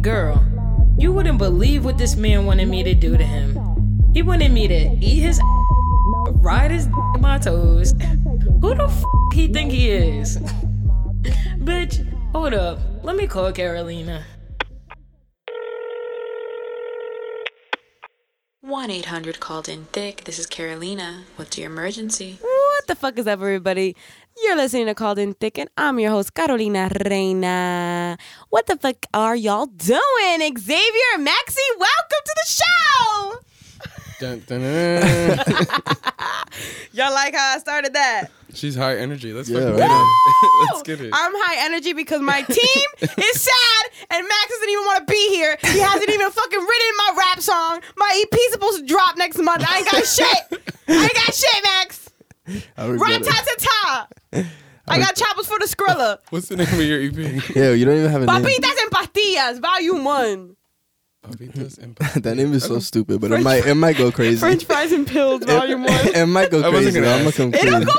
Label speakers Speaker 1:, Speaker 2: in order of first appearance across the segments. Speaker 1: girl. You wouldn't believe what this man wanted me to do to him. He wanted me to eat his ride his in my toes. Who the f he think he is? Bitch, hold up. Let me call Carolina.
Speaker 2: 1 800 called in thick. This is Carolina. What's your emergency?
Speaker 3: What the fuck is up, everybody? You're listening to Called In Thick, and I'm your host, Carolina Reina. What the fuck are y'all doing? Xavier and Maxie, welcome to the show!
Speaker 4: Dun, dun, dun, dun.
Speaker 3: Y'all like how I started that?
Speaker 4: She's high energy. Let's
Speaker 5: Yeah,
Speaker 4: fucking
Speaker 5: right.
Speaker 4: get it. Let's get it.
Speaker 3: I'm high energy because my team is sad, and Max doesn't even want to be here. He hasn't even fucking written my rap song. My EP's supposed to drop next month. I ain't got shit. I ain't got shit, Max.
Speaker 5: I regret
Speaker 3: Rat
Speaker 5: it.
Speaker 3: ta ta ta. I got choppers for the Skrilla.
Speaker 4: What's the name of your E EP?
Speaker 5: Yeah, you don't even have a name.
Speaker 3: Papitas en pastillas, volume one.
Speaker 4: Papitas and
Speaker 5: That name is so stupid, but
Speaker 3: French-
Speaker 5: it might it might go crazy.
Speaker 3: French fries and pills, volume one.
Speaker 5: it might go
Speaker 4: I wasn't
Speaker 5: crazy.
Speaker 4: gonna ask.
Speaker 5: I'm looking crazy.
Speaker 3: It'll go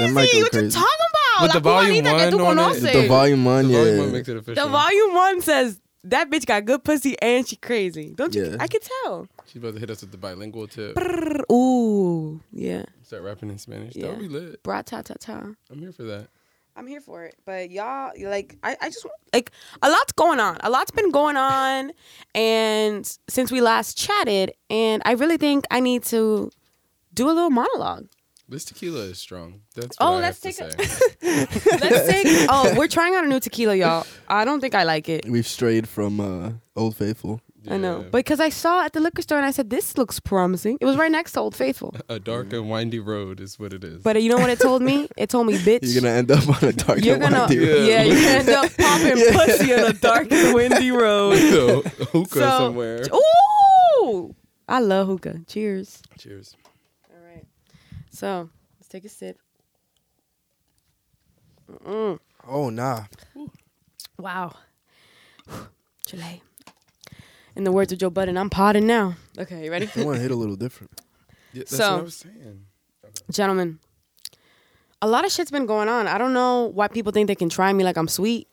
Speaker 5: It
Speaker 3: crazy.
Speaker 5: might go
Speaker 3: What you
Speaker 5: crazy.
Speaker 3: talking about?
Speaker 4: With the
Speaker 3: La
Speaker 4: volume
Speaker 3: cubanita que tú
Speaker 4: one on it?
Speaker 3: conoces.
Speaker 5: The volume one,
Speaker 4: The
Speaker 5: yeah.
Speaker 4: volume one makes it official.
Speaker 3: The volume one says that bitch got good pussy and she crazy. Don't you?
Speaker 5: Yeah.
Speaker 3: I can tell.
Speaker 4: She's about to hit us with the bilingual tip.
Speaker 3: Brrr, Ooh, yeah.
Speaker 4: Start rapping in Spanish.
Speaker 3: Yeah.
Speaker 4: That would be lit.
Speaker 3: Bra ta ta ta.
Speaker 4: I'm here for that.
Speaker 3: I'm here for it, but y'all like I, I just like a lot's going on. A lot's been going on, and since we last chatted, and I really think I need to do a little monologue.
Speaker 4: This tequila is strong. That's what
Speaker 3: Oh,
Speaker 4: I
Speaker 3: let's
Speaker 4: have to
Speaker 3: take a-
Speaker 4: say.
Speaker 3: Let's take. oh, we're trying out a new tequila, y'all. I don't think I like it.
Speaker 5: We've strayed from uh, Old Faithful.
Speaker 3: I know
Speaker 4: Yeah.
Speaker 3: because I saw it at the liquor store and I said this looks promising. It was right next to Old Faithful.
Speaker 4: a dark and windy road is what it is.
Speaker 3: But you know what it told me? It told me, bitch.
Speaker 5: You're gonna end up on a dark.
Speaker 3: You're
Speaker 5: and
Speaker 3: gonna,
Speaker 5: windy road.
Speaker 3: yeah, you're gonna end up popping pussy on a dark and windy road.
Speaker 4: so, hookah
Speaker 3: So-
Speaker 4: somewhere.
Speaker 3: Ooh, I love hookah. Cheers.
Speaker 4: Cheers.
Speaker 3: All right, so let's take a sip.
Speaker 5: Oh nah.
Speaker 3: Wow, Chile. In the words of Joe Budden, I'm potting now. Okay, you ready?
Speaker 5: That one hit a little different.
Speaker 4: Yeah, that's
Speaker 3: So-
Speaker 4: what I was saying.
Speaker 3: gentlemen a lot of shit's been going on i don't know why people think they can try me like i'm sweet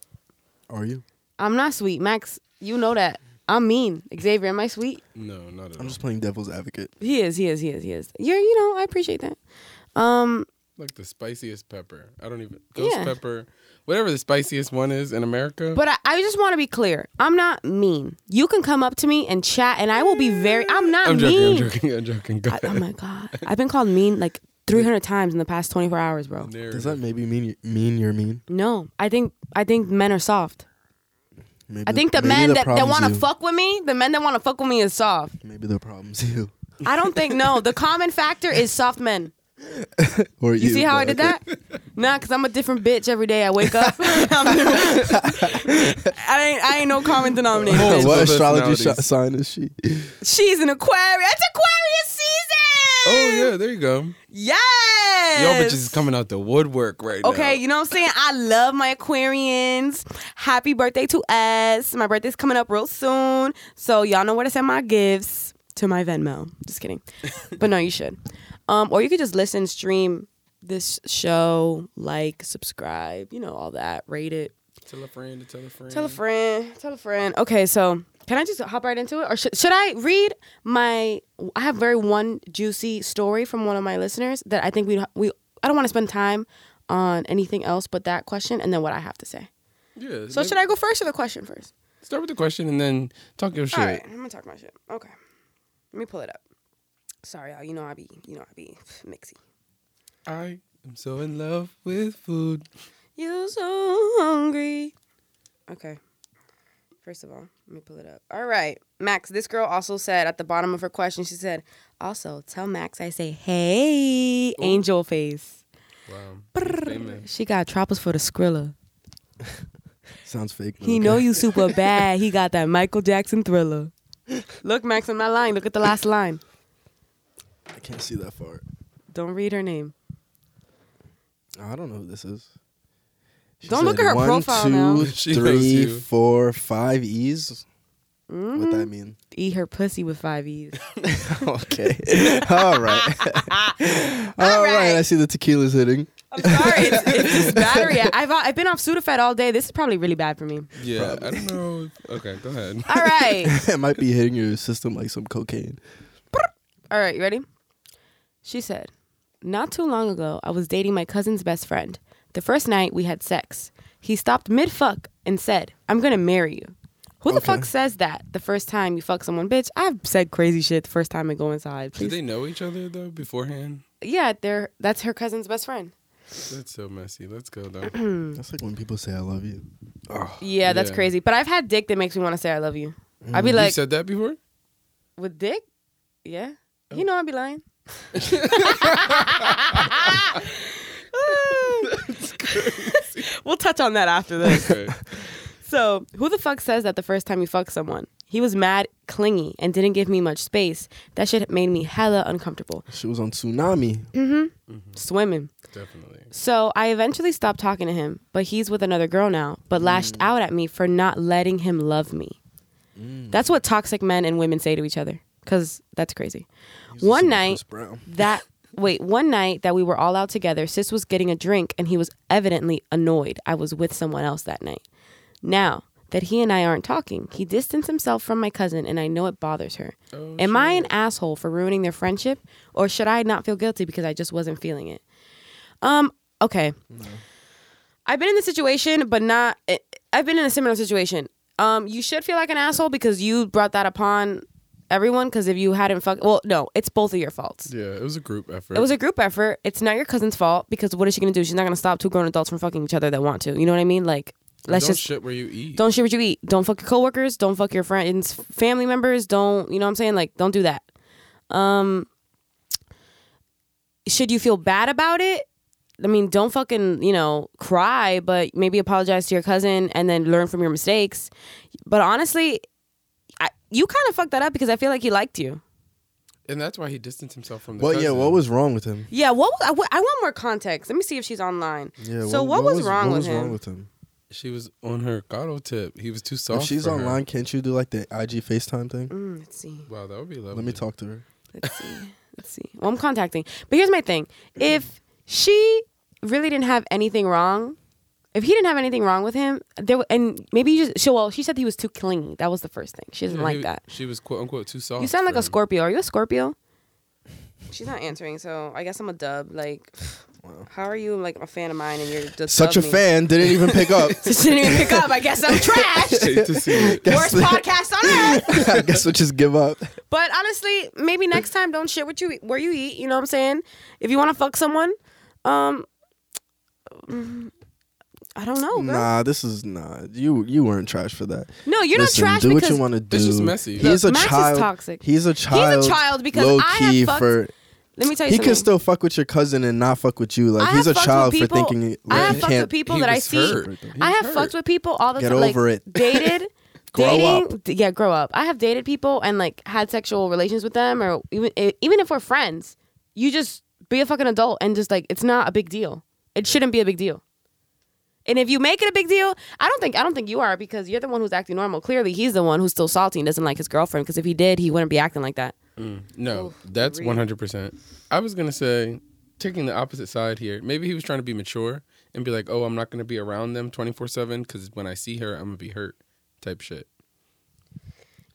Speaker 5: Are you?
Speaker 3: i'm not sweet max you know that i'm mean xavier am i sweet
Speaker 4: No, not at all.
Speaker 5: I'm just playing devil's advocate.
Speaker 3: he is he is he is he is you're you know i appreciate that um
Speaker 4: like the spiciest pepper. I don't even ghost
Speaker 3: Yeah.
Speaker 4: pepper, whatever the spiciest one is in America.
Speaker 3: but i, I just want to be clear i'm not mean you can come up to me and chat and i will be very i'm not
Speaker 4: I'm joking.
Speaker 3: mean
Speaker 4: I'm joking. I'm joking. Go
Speaker 3: I- oh
Speaker 4: ahead.
Speaker 3: my god i've been called mean like 300 times in the past 24 hours bro
Speaker 5: Does
Speaker 4: Narrative.
Speaker 5: that maybe mean you mean you're mean?
Speaker 3: no i think i think men are soft
Speaker 5: Maybe
Speaker 3: i think the
Speaker 5: maybe
Speaker 3: men that, that
Speaker 5: problem's
Speaker 3: want to
Speaker 5: you.
Speaker 3: fuck with me the men that want to fuck with me is soft
Speaker 5: Maybe the problem's you
Speaker 3: I don't think no. The common factor is soft men.
Speaker 5: or you.
Speaker 3: You see how I did
Speaker 5: but-
Speaker 3: that? Nah, cause I'm a different bitch every day. I wake up. I'm new. I ain't. I ain't no common denominator.
Speaker 4: Oh,
Speaker 3: bitch.
Speaker 5: what
Speaker 4: Multiple
Speaker 5: astrology sh-
Speaker 4: personalities.
Speaker 5: sign is she?
Speaker 3: She's an Aquarius. It's Aquarius season.
Speaker 4: Oh yeah, there you go.
Speaker 3: Yes.
Speaker 4: Y'all bitches is coming out the woodwork right now.
Speaker 3: Okay, you know what I'm saying? I love my Aquarians. Happy birthday to us. My birthday's coming up real soon. So y'all know where to send my gifts to my Venmo. Just kidding. but no, you should. Um, or you could just listen, stream this show, like, subscribe, you know, all that. Rate it.
Speaker 4: Tell a friend to tell a friend.
Speaker 3: Tell a friend. Tell a friend. Okay, so can I just hop right into it? Or should, should I read my I have very one juicy story from one of my listeners that I think we we I don't want to spend time on anything else but that question and then what I have to say.
Speaker 4: Yeah.
Speaker 3: So should I go first or the question first?
Speaker 4: start with the question and then talk your shit?
Speaker 3: All right, I'm gonna talk my shit. Okay, let me pull it up. Sorry, y'all. You know I be, you know I be mixy.
Speaker 4: I am so in love with food.
Speaker 3: You're so hungry. Okay. First of all, let me pull it up. All right. Max, this girl also said at the bottom of her question, she said, also tell Max I say, hey, angel face.
Speaker 4: Wow.
Speaker 3: She got tropos for the Skrilla.
Speaker 5: Sounds fake. but
Speaker 3: He
Speaker 5: okay.
Speaker 3: know you super bad. He got that Michael Jackson thriller. Look, Max, I'm not lying. Look at the last line.
Speaker 5: I can't see that far.
Speaker 3: Don't read her name.
Speaker 5: I don't know who this is. She
Speaker 3: Don't look
Speaker 5: said,
Speaker 3: at her
Speaker 5: "One,
Speaker 3: profile
Speaker 5: two,
Speaker 3: now."
Speaker 4: She knows
Speaker 5: three,
Speaker 4: you.
Speaker 5: four, five E's. What
Speaker 3: Mm-hmm.
Speaker 5: that mean?
Speaker 3: Eat her pussy with five E's.
Speaker 5: okay. All right. All right. I see the tequila's hitting.
Speaker 3: I'm sorry. It's, it's this battery. I've I've been off Sudafed all day. This is probably really bad for me.
Speaker 4: Yeah, I don't know. if- Okay, go ahead.
Speaker 3: All right.
Speaker 5: it might be hitting your system like some cocaine.
Speaker 3: All right, you ready? She said, Not too long ago, I was dating my cousin's best friend. The first night we had sex. He stopped mid fuck and said, I'm gonna marry you. Who the
Speaker 5: Okay.
Speaker 3: fuck says that the first time you fuck someone, bitch? I've said crazy shit the first time I go inside.
Speaker 4: Did
Speaker 3: Please.
Speaker 4: they know each other though beforehand?
Speaker 3: yeah, they're, that's her cousin's best friend.
Speaker 4: That's so messy. Let's go though.
Speaker 3: Mm.
Speaker 5: That's like when people say I love you.
Speaker 3: Yeah, that's
Speaker 4: Yeah. Mm,
Speaker 3: crazy. But I've had dick that makes me wanna say I love you. I'd be
Speaker 4: you
Speaker 3: like,
Speaker 4: said that before?
Speaker 3: with dick? Yeah. You know I'd be lying. we'll touch on that after this.
Speaker 4: Okay.
Speaker 3: So, who the fuck says that the first time you fuck someone? He was mad, clingy, and didn't give me much space. That shit made me hella uncomfortable.
Speaker 5: She was on tsunami.
Speaker 3: Mm. Swimming.
Speaker 4: Definitely.
Speaker 3: So, I eventually stopped talking to him, but he's with another girl now, but lashed out at me for not letting him love me. That's what toxic men and women say to each other, because that's crazy. One night,
Speaker 5: Chris Brown.
Speaker 3: that wait one night that we were all out together sis was getting a drink and he was evidently annoyed i was with someone else that night now that he and i aren't talking he distanced himself from my cousin and i know it bothers her am i an asshole for ruining their friendship or should i not feel guilty because i just wasn't feeling it um okay i've been in this situation but not I- i've been in a similar situation um you should feel like an asshole because you brought that upon everyone because if you hadn't fuck well no it's both of your faults
Speaker 4: Yeah, it was a group effort.
Speaker 3: it was a group effort. It's not your cousin's fault because what is she gonna do? She's not gonna stop two grown adults from fucking each other that want to. You know what I mean? Like, let's
Speaker 4: don't
Speaker 3: just
Speaker 4: shit where you eat.
Speaker 3: don't shit what you eat. Don't fuck your coworkers. Don't fuck your friends, family members. Don't you know what I'm saying? Like, don't do that. Um, should you feel bad about it? I mean, don't fucking you know cry, but maybe apologize to your cousin and then learn from your mistakes. But honestly, I, you kind of fucked that up because I feel like he liked you.
Speaker 4: and that's why he distanced himself from the
Speaker 5: Well, yeah.
Speaker 4: cousin.
Speaker 5: What was wrong with him?
Speaker 3: Yeah, what was, I, wa- I want more context. Let me see if she's online.
Speaker 5: Yeah.
Speaker 3: so what, was, wrong,
Speaker 5: what
Speaker 3: with
Speaker 5: was
Speaker 3: him?
Speaker 5: wrong with him?
Speaker 4: she was on her gato tip. He was too soft.
Speaker 5: If she's
Speaker 4: for her.
Speaker 5: online, can't you do like the IG FaceTime thing?
Speaker 3: Mm, let's see.
Speaker 4: Wow, that would be lovely.
Speaker 5: Let me talk to her.
Speaker 3: Let's see. let's see. Well, I'm contacting. But here's my thing. If she really didn't have anything wrong, if he didn't have anything wrong with him, there w- and maybe you just so well, she said he was too clingy. That was the first thing. She doesn't
Speaker 4: Yeah,
Speaker 3: like
Speaker 4: he-
Speaker 3: that.
Speaker 4: She was quote unquote too soft.
Speaker 3: You sound like
Speaker 4: for
Speaker 3: a
Speaker 4: him.
Speaker 3: Scorpio. Are you a Scorpio? She's not answering, so I guess I'm a dub. Like, how are you like a fan of mine and you're just
Speaker 5: Such a
Speaker 3: dub me?
Speaker 5: fan didn't even pick up.
Speaker 3: Just didn't even pick up. I guess I'm trash.
Speaker 4: Hate to see it.
Speaker 3: Worst podcast on earth.
Speaker 5: I guess we'll just give up.
Speaker 3: But honestly, maybe next time don't shit what you eat, where you eat. You know what I'm saying? If you want to fuck someone, um, mm, I don't know. Girl.
Speaker 5: Nah, this is nah. You you weren't trash for that.
Speaker 3: No, you're
Speaker 5: Listen,
Speaker 3: not trash
Speaker 5: do what
Speaker 3: because
Speaker 5: you want to do.
Speaker 4: It's just messy.
Speaker 5: He's
Speaker 3: Look,
Speaker 5: a
Speaker 3: Max is
Speaker 5: child.
Speaker 3: toxic.
Speaker 5: He's a child.
Speaker 3: child because
Speaker 5: low
Speaker 3: I have
Speaker 5: key
Speaker 3: fucked-
Speaker 5: for.
Speaker 3: let me tell you
Speaker 5: He
Speaker 3: something.
Speaker 5: can still fuck with your cousin and not fuck with you. Like
Speaker 3: I
Speaker 5: he's a
Speaker 3: have fucked with
Speaker 5: child for
Speaker 3: people-
Speaker 5: thinking.
Speaker 3: I
Speaker 5: like,
Speaker 3: have
Speaker 5: he
Speaker 3: fucked
Speaker 5: can't-
Speaker 3: with people
Speaker 4: he
Speaker 3: that I
Speaker 4: was
Speaker 3: see.
Speaker 4: hurt. He
Speaker 3: I
Speaker 4: was
Speaker 3: have
Speaker 4: hurt.
Speaker 3: fucked with people all the
Speaker 5: Get
Speaker 3: time. like,
Speaker 5: over it.
Speaker 3: Dated.
Speaker 5: Grow
Speaker 3: dating, d- yeah, grow up. I have dated people and like had sexual relations with them, or even e- even if we're friends, you just be a fucking adult and just like it's not a big deal. It shouldn't be a big deal. And if you make it a big deal, I don't think I don't think you are because you're the one who's acting normal. Clearly, he's the one who's still salty and doesn't like his girlfriend. Because if he did, he wouldn't be acting like that.
Speaker 4: No, that's one hundred percent. I was gonna say, taking the opposite side here, maybe he was trying to be mature and be like, "Oh, I'm not gonna be around them twenty four seven because when I see her, I'm gonna be hurt," type shit.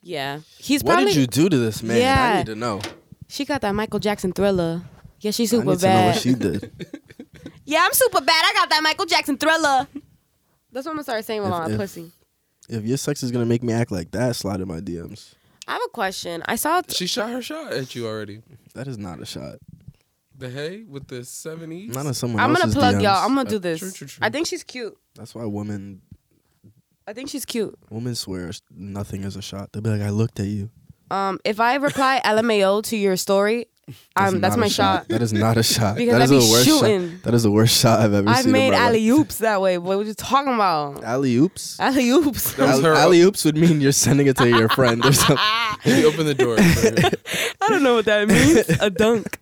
Speaker 3: Yeah, he's
Speaker 5: What
Speaker 3: probably
Speaker 5: did you do to this man?
Speaker 3: Yeah.
Speaker 5: I need to know.
Speaker 3: she got that Michael Jackson thriller. Yeah, she's
Speaker 5: I
Speaker 3: super
Speaker 5: need to know
Speaker 3: bad.
Speaker 5: what she did.
Speaker 3: Yeah, I'm super bad. I got that Michael Jackson thriller. That's what I'm gonna start saying with
Speaker 5: If-
Speaker 3: my
Speaker 5: if-
Speaker 3: pussy.
Speaker 5: if your sex is gonna make me act like that, slide in my DMs.
Speaker 3: I have a question. I saw. T-
Speaker 4: She shot her shot at you already.
Speaker 5: That is not a shot.
Speaker 4: The hay with the seventies.
Speaker 5: Not on someone
Speaker 3: I'm gonna
Speaker 5: else's
Speaker 3: plug
Speaker 5: DMs.
Speaker 3: y'all. I'm gonna do
Speaker 4: Uh,
Speaker 3: this.
Speaker 4: true, true, true.
Speaker 3: I think she's cute.
Speaker 5: That's why women
Speaker 3: I think she's cute.
Speaker 5: women swear nothing is a shot. They'll be like, I looked at you.
Speaker 3: Um, if I reply LMAO to your story, um, that's
Speaker 5: not
Speaker 3: my
Speaker 5: a
Speaker 3: shot.
Speaker 5: That is not a shot.
Speaker 3: Because
Speaker 5: that
Speaker 3: I
Speaker 5: is
Speaker 3: be
Speaker 5: the worst
Speaker 3: shooting.
Speaker 5: shot. That is the worst shot I've ever
Speaker 3: I've
Speaker 5: seen.
Speaker 3: made alley oops that way. Boy, what you talking about?
Speaker 5: Alley oops.
Speaker 3: Alley oops.
Speaker 4: was her-
Speaker 5: Alley oops would mean you're sending it to your friend or something.
Speaker 4: He opened the door. for her.
Speaker 3: I don't know what that means. A dunk.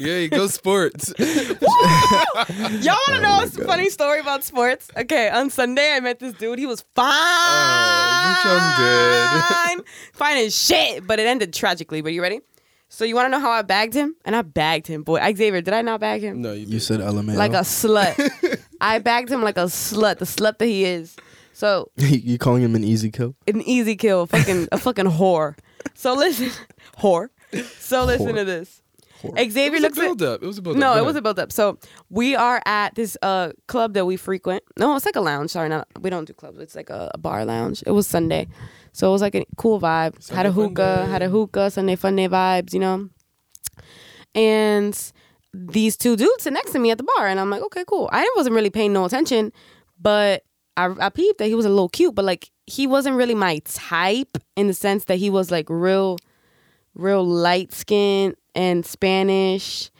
Speaker 4: Yay, go sports.
Speaker 3: Y'all
Speaker 4: Oh
Speaker 3: want to know a funny story about sports? Okay, on Sunday I met this dude. He was fine.
Speaker 4: bitch, I'm dead.
Speaker 3: fine as shit, but it ended tragically. But you ready? So you want to know how I bagged him? And I bagged him, boy. Xavier, did I not bag him?
Speaker 4: No, you,
Speaker 5: You said LMAO.
Speaker 3: Like a slut. I bagged him like a slut, the slut that he is. So
Speaker 5: you calling him an easy kill?
Speaker 3: an easy kill, fucking a fucking whore. So listen, whore. So listen to this.
Speaker 4: It
Speaker 3: Xavier
Speaker 4: was a
Speaker 3: looks at
Speaker 4: build up. It was a build up.
Speaker 3: no, it was a build up. So we are at this uh club that we frequent. No, it's like a lounge. Sorry, not we don't do clubs. It's like a, a bar lounge. It was Sunday, so it was like a cool vibe. had
Speaker 4: Sunday
Speaker 3: a hookah,
Speaker 4: fun day.
Speaker 3: had a hookah, Sunday fun day vibes, you know. And these two dudes sit next to me at the bar, and I'm like, okay, cool. I wasn't really paying no attention, but I, I peeped that he was a little cute, but like he wasn't really my type in the sense that he was like real real light skinned and Spanish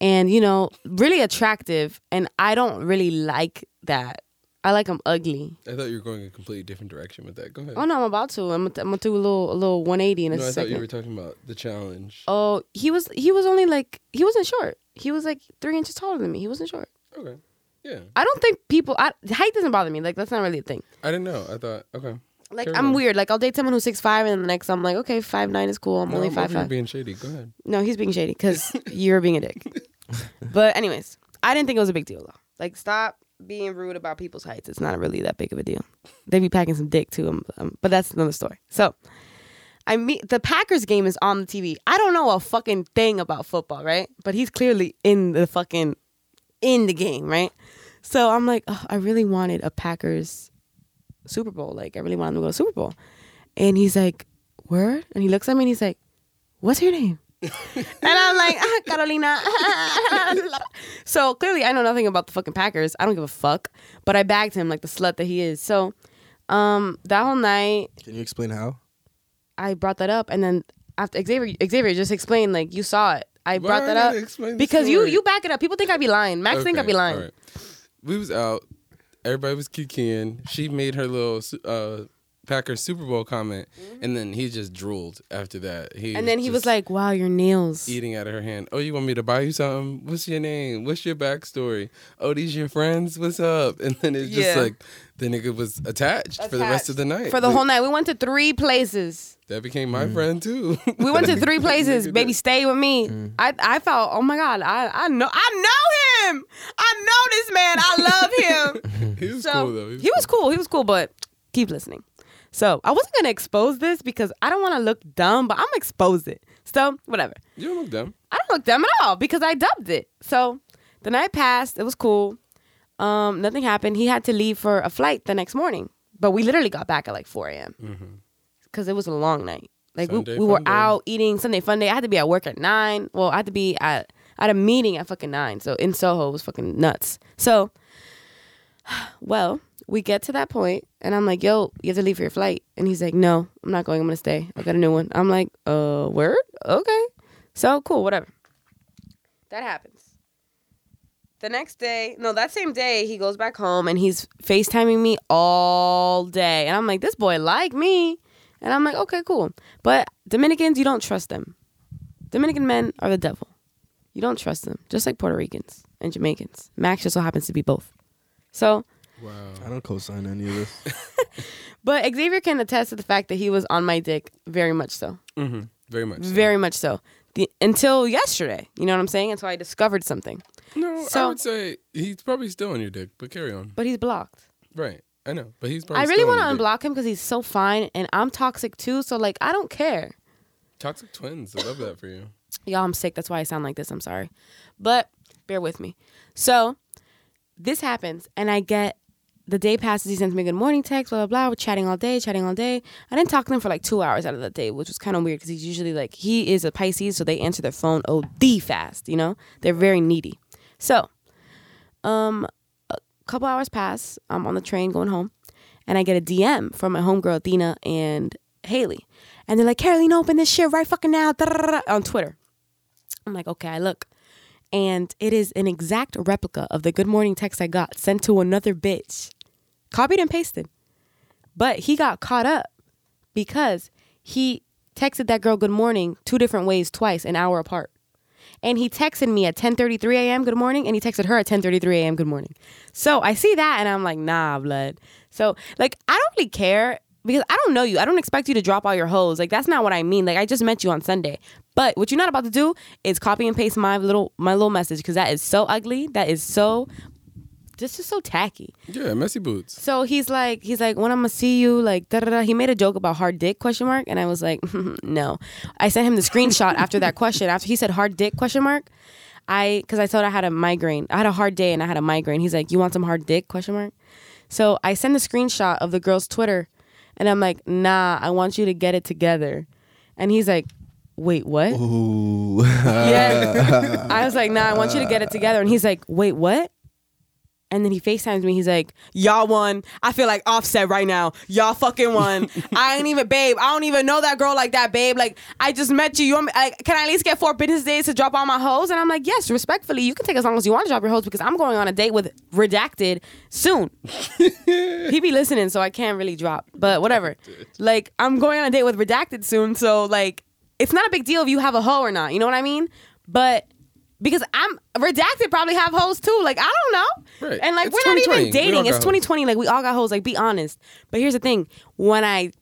Speaker 3: and, you know, really attractive. And I don't really like that. I like I'm ugly.
Speaker 4: I thought you were going a completely different direction with that. Go ahead.
Speaker 3: Oh no, I'm about to. I'm, I'm gonna do a little a little 180 in a
Speaker 4: no, I thought
Speaker 3: second.
Speaker 4: you were talking about the challenge.
Speaker 3: oh, he was he was only like he wasn't short. He was like three inches taller than me. He wasn't short.
Speaker 4: Okay. Yeah.
Speaker 3: I don't think people. I, height doesn't bother me. Like that's not really a thing.
Speaker 4: I didn't know. I thought, okay.
Speaker 3: Like
Speaker 4: Carry
Speaker 3: I'm
Speaker 4: on.
Speaker 3: weird. Like I'll date someone who's six five, and the next I'm like, okay, five nine is cool. I'm
Speaker 4: No,
Speaker 3: only
Speaker 4: I'm
Speaker 3: five
Speaker 4: over here
Speaker 3: five.
Speaker 4: being shady. Go ahead.
Speaker 3: No, he's being shady because you're being a dick. But anyways, I didn't think it was a big deal though. Like, stop being rude about people's heights. It's not really that big of a deal. They be packing some dick too, um, um, but that's another story. So, I mean, the Packers game is on the TV. I don't know a fucking thing about football, right? But he's clearly in the fucking in the game, right? So I'm like, oh, I really wanted a Packers Super Bowl. Like, I really wanted to go to Super Bowl. And he's like, word? And he looks at me and he's like, what's your name? And I'm like, ah, Carolina. so clearly, I know nothing about the fucking Packers. I don't give a fuck. But I bagged him like the slut that he is. So um, that whole night,
Speaker 5: Can you explain how?
Speaker 3: I brought that up, and then after Xavier, Xavier just explained like you saw it. I
Speaker 4: Why
Speaker 3: brought
Speaker 4: I
Speaker 3: that
Speaker 4: gotta
Speaker 3: up
Speaker 4: explain the
Speaker 3: because you
Speaker 4: story?
Speaker 3: you back it up. People think I be lying. Max think I be
Speaker 4: Okay,
Speaker 3: lying.
Speaker 4: alright. We was out. Everybody was kikiing. She made her little su- uh, Packers Super Bowl comment, and then he just drooled after that. He
Speaker 3: And then he was
Speaker 4: just
Speaker 3: like, "Wow, your nails."
Speaker 4: eating out of her hand. Oh, you want me to buy you something? What's your name? What's your backstory? Oh, these your friends? What's up? And then it's just
Speaker 3: Yeah.
Speaker 4: like the nigga was attached, for the rest of the night.
Speaker 3: For the
Speaker 4: Like,
Speaker 3: whole night, we went to three places.
Speaker 4: That became my friend too.
Speaker 3: We went to three places.
Speaker 4: Look at
Speaker 3: Baby,
Speaker 4: that. Mm.
Speaker 3: stay with me. I, I felt, oh my God, I, I know I know him. I know this man. I love him.
Speaker 4: He was
Speaker 3: so
Speaker 4: cool though.
Speaker 3: he was cool. He was cool, but keep listening. So I wasn't gonna expose this because I don't want to look dumb, but I'm gonna expose it. So whatever.
Speaker 4: You don't look dumb.
Speaker 3: I don't look dumb at all because I dubbed it. So the night passed. It was cool. Um, nothing happened. He had to leave for a flight the next morning, but we literally got back at like 4 a.m. because it was a long night. Like
Speaker 4: Mm-hmm. Sunday
Speaker 3: we, we were
Speaker 4: fun day.
Speaker 3: out eating Sunday fun day. I had to be at work at nine. Well, I had to be at at a meeting at fucking nine. So in Soho it was fucking nuts. So well, we get to that point, and I'm like, yo, you have to leave for your flight. And he's like, no, I'm not going. I'm going to stay. I got a new one. I'm like, uh, word? Okay. So cool, whatever. That happens. The next day, no, that same day, he goes back home and he's FaceTiming me all day. And I'm like, this boy like me. And I'm like, okay, cool. But Dominicans, you don't trust them. Dominican men are the devil. You don't trust them, just like Puerto Ricans and Jamaicans. Max just so happens to be both. So
Speaker 4: Wow.
Speaker 5: I don't co-sign any of this.
Speaker 3: but Xavier can attest to the fact that he was on my dick very much so.
Speaker 4: hmm Very much. so.
Speaker 3: Very much so. The, until yesterday. You know what I'm saying? Until I discovered something.
Speaker 4: No, I
Speaker 3: So-
Speaker 4: would say he's probably still on your dick, but carry on.
Speaker 3: But he's blocked.
Speaker 4: Right. I know, but he's probably
Speaker 3: I really
Speaker 4: still on
Speaker 3: want to
Speaker 4: your dick.
Speaker 3: unblock him because he's so fine and I'm toxic too. So, like, I don't care.
Speaker 4: Toxic twins. I love that for you.
Speaker 3: Y'all, I'm sick. That's why I sound like this. I'm sorry. But bear with me. So this happens, and I get the day passes. He sends me a good morning text, blah, blah, blah. We're chatting all day, chatting all day. I didn't talk to him for like two hours out of the day, which was kind of weird because he's usually like, he is a Pisces, so they answer their phone OD fast, you know? They're very needy. So, um, a couple hours pass. I'm on the train going home, and I get a DM from my homegirl, Athena and Haley. And they're like, Carolina, open this shit right fucking now da-da-da-da," on Twitter. I'm like, okay, I look. And it is an exact replica of the good morning text I got sent to another bitch, copied and pasted. But he got caught up because he texted that girl good morning two different ways twice, an hour apart. And he texted me at 10:33 a.m. good morning, and he texted her at 10:33 a.m. good morning. So I see that, and I'm like, nah, blood. So like, I don't really care because I don't know you. I don't expect you to drop all your hoes. Like that's not what I mean. Like I just met you on Sunday. But what you're not about to do is copy and paste my little my little message because that is so ugly. That is so this is so tacky.
Speaker 4: Yeah, messy boots.
Speaker 3: So he's like, he's like, when I'm gonna see you, like, da da da. He made a joke about hard dick question mark, and I was like, no. I sent him the screenshot after that question. After he said hard dick question mark, I because I thought I had a migraine. I had a hard day and I had a migraine. He's like, you want some hard dick question mark? So I send a screenshot of the girl's Twitter, and I'm like, nah, I want you to get it together. And he's like, wait, what?
Speaker 5: Ooh.
Speaker 3: Yeah. I was like, nah, I want you to get it together. And he's like, wait, what? And then he FaceTimes me. He's like, y'all won. I feel like offset right now. Y'all fucking won. I ain't even, babe. I don't even know that girl like that, babe. Like, I just met you. You want me, like, can I at least get four business days to drop all my hoes? And I'm like, yes, respectfully, you can take as long as you want to drop your hoes because I'm going on a date with Redacted soon. he be listening, so I can't really drop. But whatever. Like, I'm going on a date with Redacted soon, so like, it's not a big deal if you have a hoe or not. You know what I mean? But because I'm Redacted probably have hoes too. Like, I don't know.
Speaker 4: Right.
Speaker 3: And like,
Speaker 4: It's
Speaker 3: we're not
Speaker 4: 2020.
Speaker 3: even
Speaker 4: We all
Speaker 3: dating.
Speaker 4: got
Speaker 3: It's
Speaker 4: hoes.
Speaker 3: 2020. Like, we all got hoes. Like, be honest. But here's the thing: when I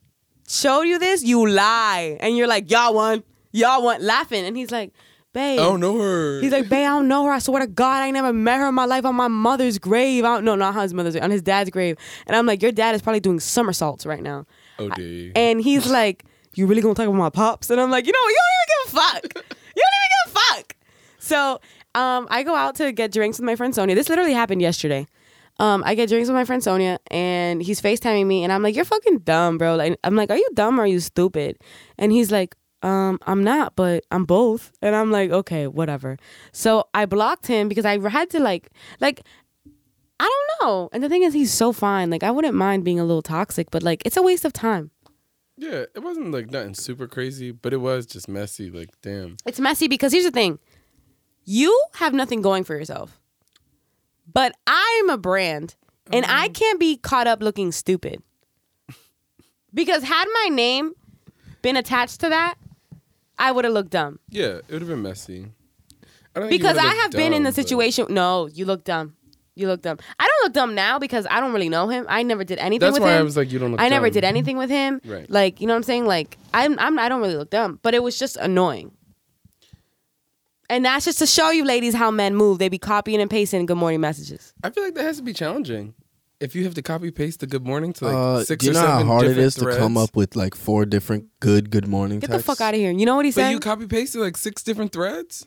Speaker 3: show you this, you lie, and you're like, y'all won, y'all won, laughing, and he's like, babe.
Speaker 4: I don't know her.
Speaker 3: He's like, babe, I don't know her. I swear to God, I ain't never met her in my life on my mother's grave. I don't, no, not on his mother's grave, on his dad's grave. And I'm like, your dad is probably doing somersaults right now.
Speaker 4: oh, dude.
Speaker 3: And he's like, You really gonna talk about my pops? And I'm like, You know, what? you don't even give a fuck. You don't even give a fuck. So um, I go out to get drinks with my friend Sonia. This literally happened yesterday. Um, I get drinks with my friend Sonia, and he's FaceTiming me, and I'm like, You're fucking dumb, bro. Like, I'm like, Are you dumb or are you stupid? And he's like, um, I'm not, but I'm both. And I'm like, okay, whatever. So I blocked him because I had to like like I don't know. And the thing is he's so fine. Like I wouldn't mind being a little toxic, but like it's a waste of time.
Speaker 4: yeah, it wasn't like nothing super crazy, but it was just messy. Like, damn.
Speaker 3: It's messy because here's the thing. You have nothing going for yourself. But I'm a brand and I
Speaker 4: Mm-hmm.
Speaker 3: can't be caught up looking stupid. Because had my name been attached to that, I would have looked dumb.
Speaker 4: Yeah, it would have been messy. I don't think you
Speaker 3: Because I
Speaker 4: would've looked
Speaker 3: have been in the
Speaker 4: dumb, but-
Speaker 3: situation no, you look dumb. You look dumb. I don't look dumb now because I don't really know him. I never did anything
Speaker 4: That's
Speaker 3: with
Speaker 4: why
Speaker 3: him.
Speaker 4: I was like, you don't look
Speaker 3: I never
Speaker 4: dumb.
Speaker 3: did anything with him.
Speaker 4: Right.
Speaker 3: Like, you know what I'm saying? Like, I'm, I'm I don't really look dumb, but it was just annoying. And that's just to show you ladies how men move. They be copying and pasting good morning messages.
Speaker 4: I feel like that has to be challenging. If you have to copy paste the good morning to like
Speaker 5: Uh,
Speaker 4: six
Speaker 5: do you
Speaker 4: or
Speaker 5: know
Speaker 4: seven
Speaker 5: how hard it
Speaker 4: different
Speaker 5: is to come
Speaker 4: threads,
Speaker 5: up with like four different good good morning
Speaker 3: Get the
Speaker 5: texts?
Speaker 3: fuck out of here. You know what he
Speaker 4: But
Speaker 3: said?
Speaker 4: you copy pasted like six different threads.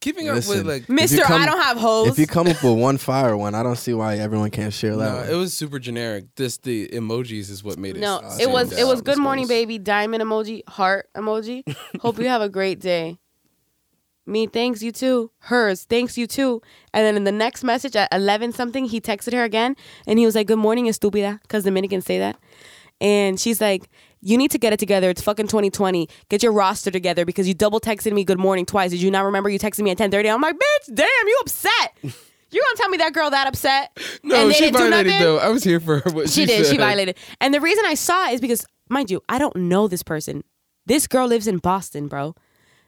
Speaker 4: Keeping
Speaker 5: Listen,
Speaker 4: up with like,
Speaker 5: If you
Speaker 3: Mister,
Speaker 5: come-
Speaker 3: I don't have hoes.
Speaker 5: If you come up with one fire one, I don't see why everyone can't share that.
Speaker 4: no,
Speaker 5: one.
Speaker 4: it was super generic. This the emojis is what made it.
Speaker 3: no,
Speaker 4: s-
Speaker 3: it
Speaker 4: stand
Speaker 3: was it
Speaker 4: out,
Speaker 3: was
Speaker 4: I
Speaker 3: good morning,
Speaker 4: suppose.
Speaker 3: baby, diamond emoji, heart emoji. Hope you have a great day. Me, thanks you too. Hers, thanks you too. And then in the next message at eleven something, he texted her again, and he was like, "Good morning, estúpida," because Dominicans say that. And she's like, You need to get it together. It's fucking 2020. Get your roster together because you double texted me good morning twice. Did you not remember you texted me at 1030? I'm like, bitch, damn, you upset. You gonna tell me that girl that upset?
Speaker 4: No,
Speaker 3: And they
Speaker 4: she
Speaker 3: didn't do
Speaker 4: violated
Speaker 3: nothing?
Speaker 4: though. I was here for her. What she,
Speaker 3: She did. She
Speaker 4: said.
Speaker 3: violated. And the reason I saw it is because, mind you, I don't know this person. This girl lives in Boston, bro.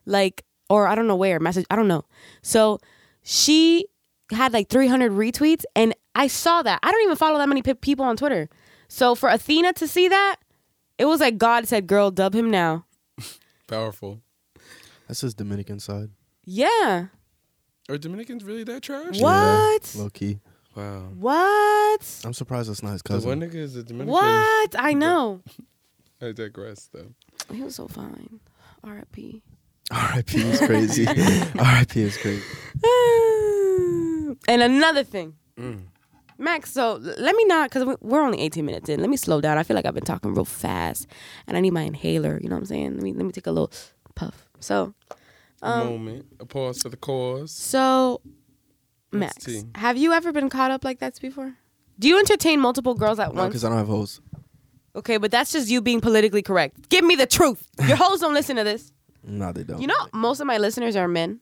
Speaker 3: Like, or I don't know where, message, I don't know. So she had like 300 retweets, and I saw that. I don't even follow that many pe- people on Twitter. So for Athena to see that, it was like God said, girl, dub him now.
Speaker 4: Powerful.
Speaker 5: That's his Dominican side.
Speaker 3: Yeah.
Speaker 4: Are Dominicans really that trash?
Speaker 3: What?
Speaker 5: Low key.
Speaker 4: Wow.
Speaker 3: What?
Speaker 5: I'm surprised that's not his
Speaker 4: The one
Speaker 5: cousin.
Speaker 4: nigga is a Dominican.
Speaker 3: What? I know.
Speaker 4: I digress though.
Speaker 3: He was so fine. RIP.
Speaker 5: R.I.P. is crazy. R.I.P. is crazy.
Speaker 3: and another thing.
Speaker 5: Mm.
Speaker 3: Max, so l- let me not, because we're only 18 minutes in. Let me slow down. I feel like I've been talking real fast and I need my inhaler. You know what I'm saying? Let me, let me take a little puff. So, Um,
Speaker 4: a moment. A pause for the cause.
Speaker 3: so
Speaker 4: Let's
Speaker 3: Max,
Speaker 4: see.
Speaker 3: have you ever been caught up like that before? Do you entertain multiple girls at
Speaker 5: No,
Speaker 3: once?
Speaker 5: because I don't have hoes.
Speaker 3: Okay, but that's just you being politically correct. Give me the truth. Your hoes don't listen to this.
Speaker 5: No, they don't.
Speaker 3: You know, most of my listeners are men.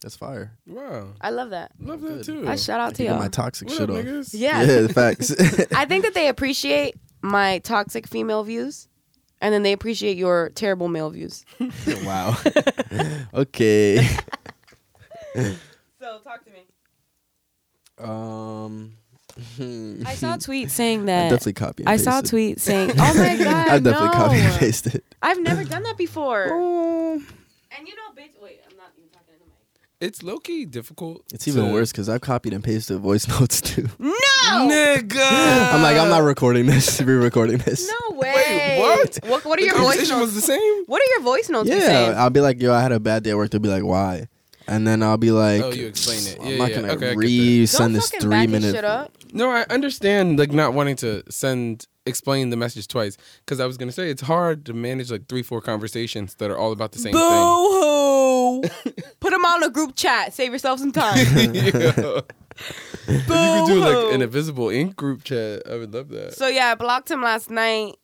Speaker 5: that's fire.
Speaker 4: Wow.
Speaker 3: I love that.
Speaker 4: Love that
Speaker 5: Good.
Speaker 4: too.
Speaker 3: I shout out to
Speaker 5: Get my
Speaker 3: y'all.
Speaker 5: toxic
Speaker 4: What
Speaker 5: shit
Speaker 4: up,
Speaker 5: off.
Speaker 4: niggas?
Speaker 3: Yeah.
Speaker 5: Yeah, facts.
Speaker 3: I think that they appreciate my toxic female views, and then they appreciate your terrible male views.
Speaker 5: wow. okay.
Speaker 3: So talk to me.
Speaker 5: Um,
Speaker 4: hmm.
Speaker 3: I saw a tweet saying
Speaker 5: I
Speaker 3: that.
Speaker 5: definitely copy. And
Speaker 3: I saw a
Speaker 5: pasted.
Speaker 3: tweet saying, "Oh my god,
Speaker 5: I definitely copy and
Speaker 3: no.
Speaker 5: pasted.
Speaker 3: I've never done that before."
Speaker 4: Oh.
Speaker 3: And you know, bitch. Wait, I'm not even talking in the mic.
Speaker 4: It's low key difficult.
Speaker 5: It's even
Speaker 4: to-
Speaker 5: worse because I've copied and pasted voice notes too.
Speaker 3: No.
Speaker 4: Nigga.
Speaker 5: I'm like, I'm not recording this. Re-recording this.
Speaker 3: No way.
Speaker 4: what?
Speaker 3: What, what are
Speaker 4: The
Speaker 3: your voice
Speaker 4: conversation
Speaker 3: notes?
Speaker 4: was the same.
Speaker 3: what are your voice notes? you
Speaker 5: Yeah,
Speaker 3: saying?
Speaker 5: I'll be like, yo, I had a bad day at work. They'll be like, why? And then I'll be like,
Speaker 4: Oh, you explain it. Yeah,
Speaker 5: I'm not
Speaker 4: yeah.
Speaker 5: gonna
Speaker 4: Okay, I get that.
Speaker 5: re-send
Speaker 3: Don't
Speaker 5: this
Speaker 3: fucking
Speaker 5: three
Speaker 3: back
Speaker 5: minute.
Speaker 3: His shit up.
Speaker 4: No, I understand like not wanting to send explain the message twice because I was gonna say it's hard to manage like three four conversations that are all about the same
Speaker 3: Boo hoo! Put them all in a group chat. Save yourself some time.
Speaker 4: thing. yeah.
Speaker 3: Boo
Speaker 4: If you could do like
Speaker 3: hoo.
Speaker 4: an invisible ink group chat, I would love that.
Speaker 3: So yeah, I blocked him last night.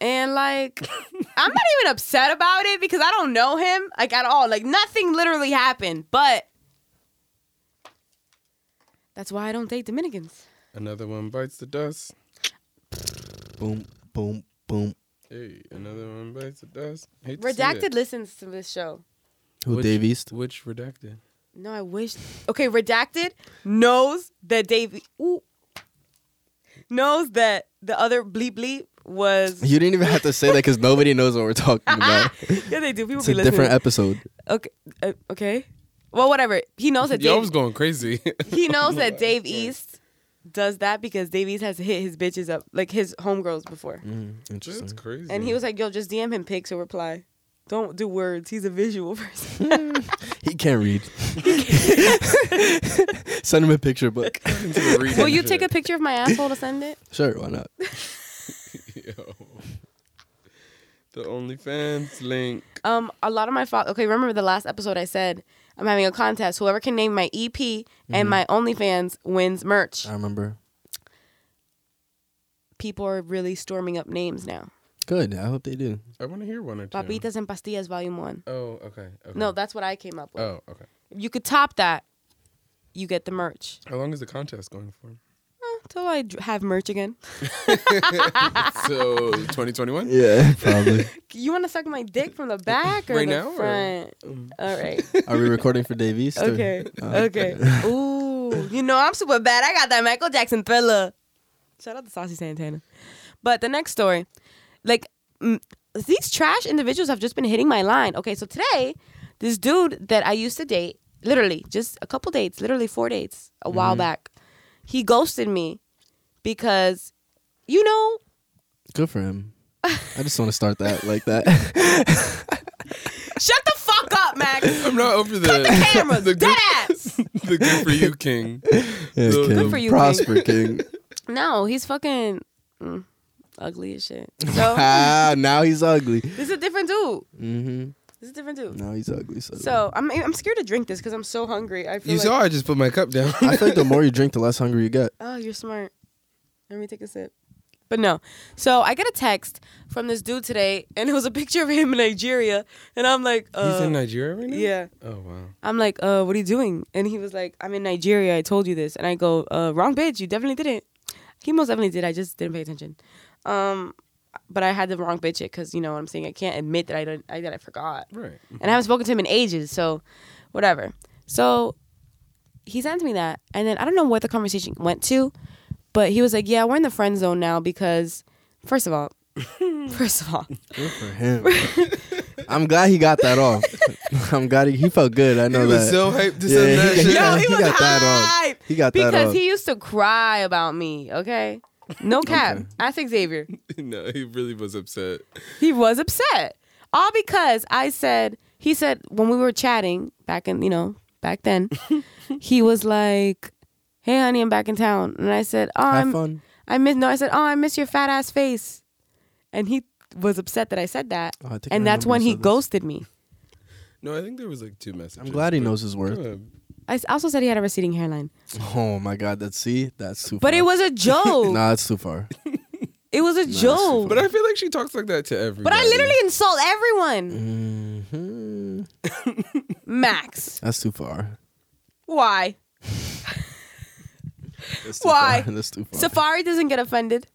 Speaker 3: And like I'm not even upset about it because I don't know him like at all. Like nothing literally happened, but that's why I don't date Dominicans.
Speaker 4: Another one bites the dust.
Speaker 5: Boom, boom, boom.
Speaker 4: Hey, another one bites the dust. Hate to see
Speaker 3: Redacted
Speaker 4: it.
Speaker 3: listens to this show.
Speaker 5: Who
Speaker 4: Which-
Speaker 5: Dave East?
Speaker 4: Which redacted?
Speaker 3: No, I wish. Okay, Redacted knows that Davey ooh, knows that the other bleep bleep was.
Speaker 5: You didn't even have to say that because nobody knows what we're talking about.
Speaker 3: yeah, they do. People
Speaker 5: It's
Speaker 3: be
Speaker 5: a
Speaker 3: listening.
Speaker 5: different episode.
Speaker 3: okay, uh, okay. Well, whatever. He knows that.
Speaker 4: Y'all
Speaker 3: Davey-
Speaker 4: was going crazy.
Speaker 3: he knows that Dave East does that because Dave East has hit his bitches up, like his homegirls before.
Speaker 4: That's
Speaker 5: Interesting.
Speaker 4: crazy.
Speaker 3: And he was like, yo, just DM him pics or reply. Don't do words. He's a visual person.
Speaker 5: He can't read. Send him a picture book.
Speaker 3: Will you take a picture of my asshole to send it?
Speaker 5: Sure, why not?
Speaker 4: Yo. The OnlyFans link.
Speaker 3: Um, a lot of my fo- okay. Remember the last episode I said I'm having a contest. Whoever can name my EP and my OnlyFans wins merch.
Speaker 5: I remember.
Speaker 3: People are really storming up names now.
Speaker 5: Good. I hope they do.
Speaker 4: I want to hear one or two.
Speaker 3: Papitas and Pastillas Volume One.
Speaker 4: Oh, okay. okay.
Speaker 3: No, that's what I came up with.
Speaker 4: Oh, okay.
Speaker 3: If you could top that, you get the merch.
Speaker 4: How long is the contest going for?
Speaker 3: Until I dr- have merch again.
Speaker 4: so 2021.
Speaker 5: Yeah, probably.
Speaker 3: You want to suck my dick from the back or
Speaker 4: Right
Speaker 3: the
Speaker 4: now, or-
Speaker 3: front? All right.
Speaker 5: Are we recording for Dave East? or- Uh,
Speaker 3: Okay. Okay. Ooh, you know I'm super bad. I got that Michael Jackson thriller. Shout out to Saucy Santana. But the next story, like mm, these trash individuals have just been hitting my line. Okay, so today, this dude that I used to date, literally just a couple dates, literally four dates a while back, he ghosted me because, you know,
Speaker 5: Good for him. I just want to start that like that.
Speaker 3: shut the fuck up, Max.
Speaker 4: I'm not over the
Speaker 3: Cameras,
Speaker 4: the
Speaker 3: dead
Speaker 4: good,
Speaker 3: ass.
Speaker 4: the good for you king.
Speaker 5: Yeah,
Speaker 4: Good
Speaker 5: King.
Speaker 3: for you,
Speaker 5: Prosper King.
Speaker 3: No, he's fucking mm, ugly as shit. So
Speaker 5: ah, now he's ugly.
Speaker 3: this is a different dude.
Speaker 5: Mm-hmm.
Speaker 3: This is a different dude.
Speaker 5: Now he's ugly. So,
Speaker 3: So I'm I'm scared to drink this because I'm so hungry. I feel
Speaker 4: You
Speaker 3: like,
Speaker 4: saw I just put my cup down.
Speaker 5: I think the more you drink, the less hungry you get.
Speaker 3: oh, you're smart. Let me take a sip. But no. So I get a text from this dude today, and it was a picture of him in Nigeria, and I'm like, uh,
Speaker 4: He's in Nigeria right now.
Speaker 3: yeah.
Speaker 4: Oh wow.
Speaker 3: I'm like, uh, what are you doing? And he was like, I'm in Nigeria. I told you this, and I go, uh, wrong bitch. You definitely didn't. He most definitely did. I just didn't pay attention. Um, but I had the wrong bitch it because you know what I'm saying. I can't admit that I don't. I that I forgot.
Speaker 4: Right.
Speaker 3: and I haven't spoken to him in ages, so whatever. So he sends me that, and then I don't know what the conversation went to, but he was like, "Yeah, we're in the friend zone now because, first of all, first of all,
Speaker 5: Good for him. I'm glad he got that off. I'm glad he, he felt good. I know
Speaker 4: He
Speaker 5: that.
Speaker 4: was so hyped to
Speaker 5: Yeah,
Speaker 4: send that
Speaker 5: he
Speaker 4: shit.
Speaker 5: got-
Speaker 3: yo, he,
Speaker 5: he
Speaker 3: was
Speaker 5: got that off.
Speaker 3: hype
Speaker 5: He got that
Speaker 3: because
Speaker 5: off.
Speaker 3: he used to cry about me. Okay, no cap. Ask Xavier.
Speaker 4: no, he really was upset.
Speaker 3: He was upset. All because I said, he said, when we were chatting back in, you know, back then, he was like, hey, honey, I'm back in town. And I said, oh,
Speaker 5: Have
Speaker 3: I'm,
Speaker 5: fun.
Speaker 3: I miss, no, I said, oh, I miss your fat ass face. And he was upset that I said that.
Speaker 5: Oh, I think I
Speaker 3: and that's
Speaker 5: remember
Speaker 3: when
Speaker 5: you
Speaker 3: he
Speaker 5: said this.
Speaker 3: ghosted me.
Speaker 4: No, I think there was like two messages.
Speaker 5: I'm glad he
Speaker 4: but-
Speaker 5: knows his worth.
Speaker 4: Yeah.
Speaker 3: I s- also said he had a receding hairline.
Speaker 5: Oh my God, that's see, that's too.
Speaker 3: But
Speaker 5: far.
Speaker 3: it was a joke.
Speaker 5: Nah, that's too far.
Speaker 3: It was a joke.
Speaker 4: But I feel like she talks like that to everybody.
Speaker 3: But I literally insult
Speaker 5: Mm-hmm.
Speaker 3: everyone.
Speaker 5: hmm
Speaker 3: Max,
Speaker 5: That's too far.
Speaker 3: why?
Speaker 5: That's too
Speaker 3: Why?
Speaker 5: Far. That's too far.
Speaker 3: Safari doesn't get offended.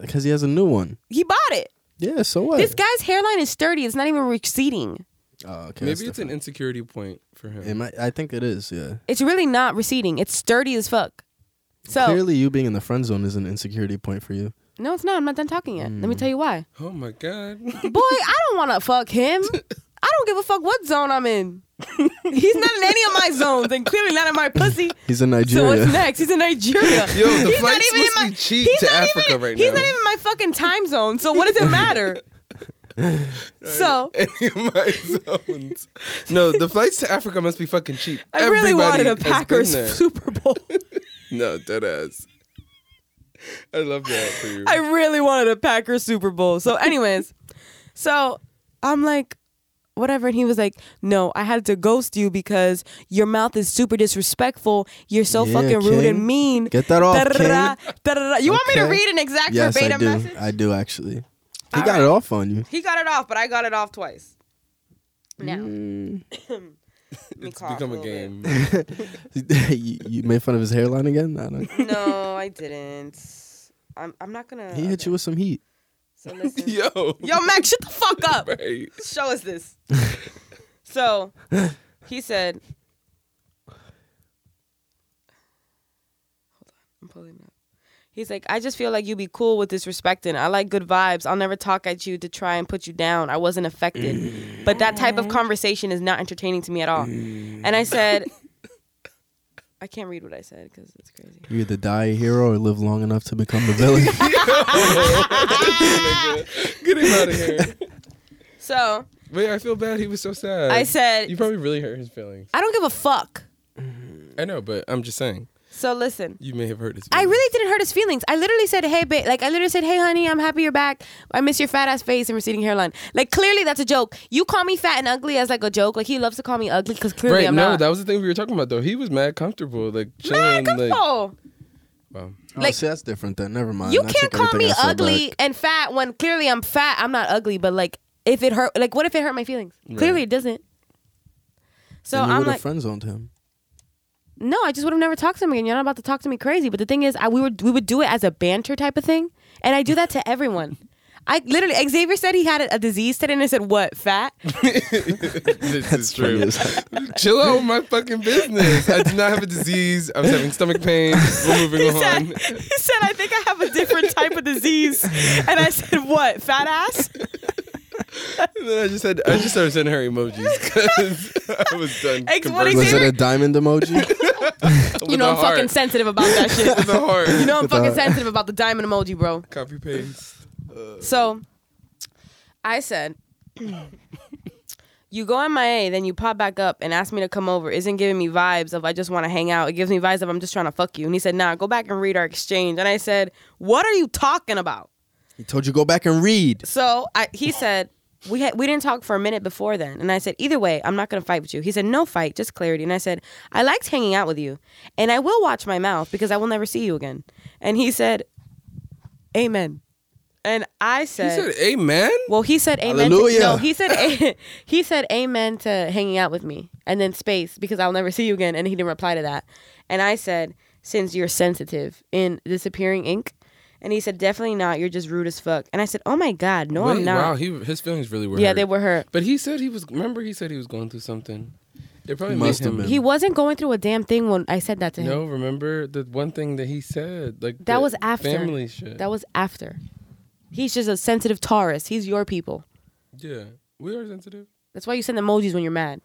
Speaker 5: Because he has a new one.
Speaker 3: He bought it.
Speaker 5: Yeah. So what?
Speaker 3: This guy's hairline is sturdy. It's not even receding.
Speaker 5: Oh, okay.
Speaker 4: maybe it's
Speaker 5: an.
Speaker 4: an insecurity point for him.
Speaker 5: It might, I think it is. Yeah.
Speaker 3: It's really not receding. It's sturdy as fuck. So
Speaker 5: Clearly, you being in the friend zone is an insecurity point for you.
Speaker 3: no, it's not. I'm not done talking yet. Let me tell you why.
Speaker 4: Oh my god.
Speaker 3: Boy, I don't want to fuck him. I don't give a fuck what zone I'm in. He's not in any of my zones, and clearly not in my pussy.
Speaker 5: He's in
Speaker 3: So
Speaker 5: Nigeria.
Speaker 3: what's next? He's in Nigeria.
Speaker 4: Yo, the
Speaker 3: he's
Speaker 4: flights must be cheap to
Speaker 3: not
Speaker 4: Africa
Speaker 3: even,
Speaker 4: right
Speaker 3: He's
Speaker 4: now.
Speaker 3: not even in my fucking time zone. So what does it matter? so
Speaker 4: Any of my zones. No, the flights to Africa must be fucking cheap.
Speaker 3: I really wanted a
Speaker 4: has been
Speaker 3: Packers
Speaker 4: there.
Speaker 3: Super Bowl.
Speaker 4: No, dead ass. I love that for you.
Speaker 3: I really wanted a Packers Super Bowl. So, anyways, so I'm like, whatever. And he was like, no, I had to ghost you because your mouth is super disrespectful. You're so
Speaker 5: Yeah,
Speaker 3: fucking rude and
Speaker 5: King.
Speaker 3: mean.
Speaker 5: Get that off,
Speaker 3: Da-da-da-da, da-da-da. You want me to
Speaker 5: Okay.
Speaker 3: read an exact
Speaker 5: yes, I
Speaker 3: verbatim
Speaker 5: do.
Speaker 3: message?
Speaker 5: I do actually. He got it off on you.
Speaker 3: He got it off, but I got it off twice. Now. Let me
Speaker 4: it's
Speaker 3: cough
Speaker 4: become a
Speaker 3: little bit.
Speaker 4: game.
Speaker 5: you, you made fun of his hairline again. I don't.
Speaker 3: No, I didn't. I'm, I'm not gonna.
Speaker 5: He hit
Speaker 3: okay.
Speaker 5: you with some heat.
Speaker 3: So listen.
Speaker 4: Yo.
Speaker 3: Yo, Mac, shut the fuck up.
Speaker 4: Right.
Speaker 3: show us this. so he said, Hold on, I'm pulling it up. He's like, I just feel like you be cool with disrespecting. I like good vibes. I'll never talk at you to try and put you down. I wasn't affected. but that type of conversation is not entertaining to me at all. and I said, I can't read what I said because it's crazy.
Speaker 5: You either die a hero or live long enough to become the villain.
Speaker 4: Get him out of here.
Speaker 3: So
Speaker 4: Wait, I feel bad. He was so sad.
Speaker 3: I said,
Speaker 4: You probably really hurt his feelings.
Speaker 3: I don't give a fuck.
Speaker 4: I know, but I'm just saying.
Speaker 3: So listen.
Speaker 4: You may have hurt his
Speaker 3: I
Speaker 4: feelings.
Speaker 3: really didn't hurt his feelings. I literally said, "Hey, babe," like I literally said, "Hey, honey, I'm happy you're back. I miss your fat ass face and receding hairline." Like clearly, that's a joke. You call me fat and ugly as like a joke. Like he loves to call me ugly because clearly
Speaker 4: Right,
Speaker 3: I'm
Speaker 4: no,
Speaker 3: not.
Speaker 4: that was the thing we were talking about though. He was mad comfortable, like chilling,
Speaker 3: Mad
Speaker 4: like
Speaker 3: comfortable.
Speaker 4: wow.
Speaker 5: Oh,
Speaker 3: Like-
Speaker 5: see, that's different. Then never mind.
Speaker 3: you
Speaker 5: I
Speaker 3: can't
Speaker 5: took
Speaker 3: call
Speaker 5: everything
Speaker 3: me
Speaker 5: I said
Speaker 3: ugly
Speaker 5: back.
Speaker 3: and fat when clearly I'm fat. I'm not ugly, but like if it hurt, like what if it hurt my feelings? Clearly, it doesn't. So
Speaker 5: Then you
Speaker 3: I'm
Speaker 5: would
Speaker 3: like,
Speaker 5: have friend zoned him.
Speaker 3: no, I just would have never talked to him again. You're not about to talk to me crazy. But the thing is, I, we would we would do it as a banter type of thing, and I do that to everyone. I literally Xavier said he had a, a disease today, and I said, "What fat?"
Speaker 4: this is
Speaker 5: Funny
Speaker 4: true.
Speaker 5: as hell.
Speaker 4: Chill out with my fucking business. I do not have a disease. I was having stomach pain. We're moving
Speaker 3: He said,
Speaker 4: on.
Speaker 3: he said, I think I have a different type of disease. And I said, what, fat ass?
Speaker 4: And then I just said I just started sending her emojis because I was done.
Speaker 3: Ex- what
Speaker 4: conversing
Speaker 3: is
Speaker 5: Was it a diamond emoji?
Speaker 4: with
Speaker 3: You know,
Speaker 4: the
Speaker 3: I'm fucking
Speaker 4: heart.
Speaker 3: sensitive about that shit.
Speaker 4: With the heart.
Speaker 3: You know, I'm
Speaker 5: With the
Speaker 3: fucking
Speaker 5: heart.
Speaker 3: sensitive about the diamond emoji, bro.
Speaker 4: Copy paste.
Speaker 3: So I said, You go MIA, then you pop back up and ask me to come over. Isn't giving me vibes of I just want to hang out. It gives me vibes of I'm just trying to fuck you. And he said, Nah, go back and read our exchange. And I said, What are you talking about?
Speaker 5: he told you go back and read.
Speaker 3: So I, he said, we had, we didn't talk for a minute before then, and I said, either way, I'm not gonna fight with you. He said, no fight, just clarity. And I said, I liked hanging out with you, and I will watch my mouth because I will never see you again. And he said, Amen. And I
Speaker 4: He
Speaker 3: said,
Speaker 4: said, "Amen."
Speaker 3: well, he said amen. To,
Speaker 5: Hallelujah.
Speaker 3: no, he said a- he said amen to hanging out with me, and then space because I'll never see you again. And he didn't reply to that. And I said, since you're sensitive in disappearing ink, and he said, definitely not. You're just rude as fuck. And I said, oh my god, no, I'm
Speaker 4: Wait,
Speaker 3: not.
Speaker 4: Wow, he, his feelings really were.
Speaker 3: yeah,
Speaker 4: hurt.
Speaker 3: they were hurt.
Speaker 4: But he said he was. Remember, he said he was going through something. It probably
Speaker 5: He
Speaker 4: made
Speaker 5: must have
Speaker 4: him.
Speaker 5: been.
Speaker 3: He wasn't going through a damn thing when I said that to him.
Speaker 4: No, remember the one thing that he said, like
Speaker 3: That
Speaker 4: the
Speaker 3: was after.
Speaker 4: family shit.
Speaker 3: That was after. He's just a sensitive Taurus. He's your people.
Speaker 4: yeah, we are sensitive.
Speaker 3: That's why you send emojis when you're mad.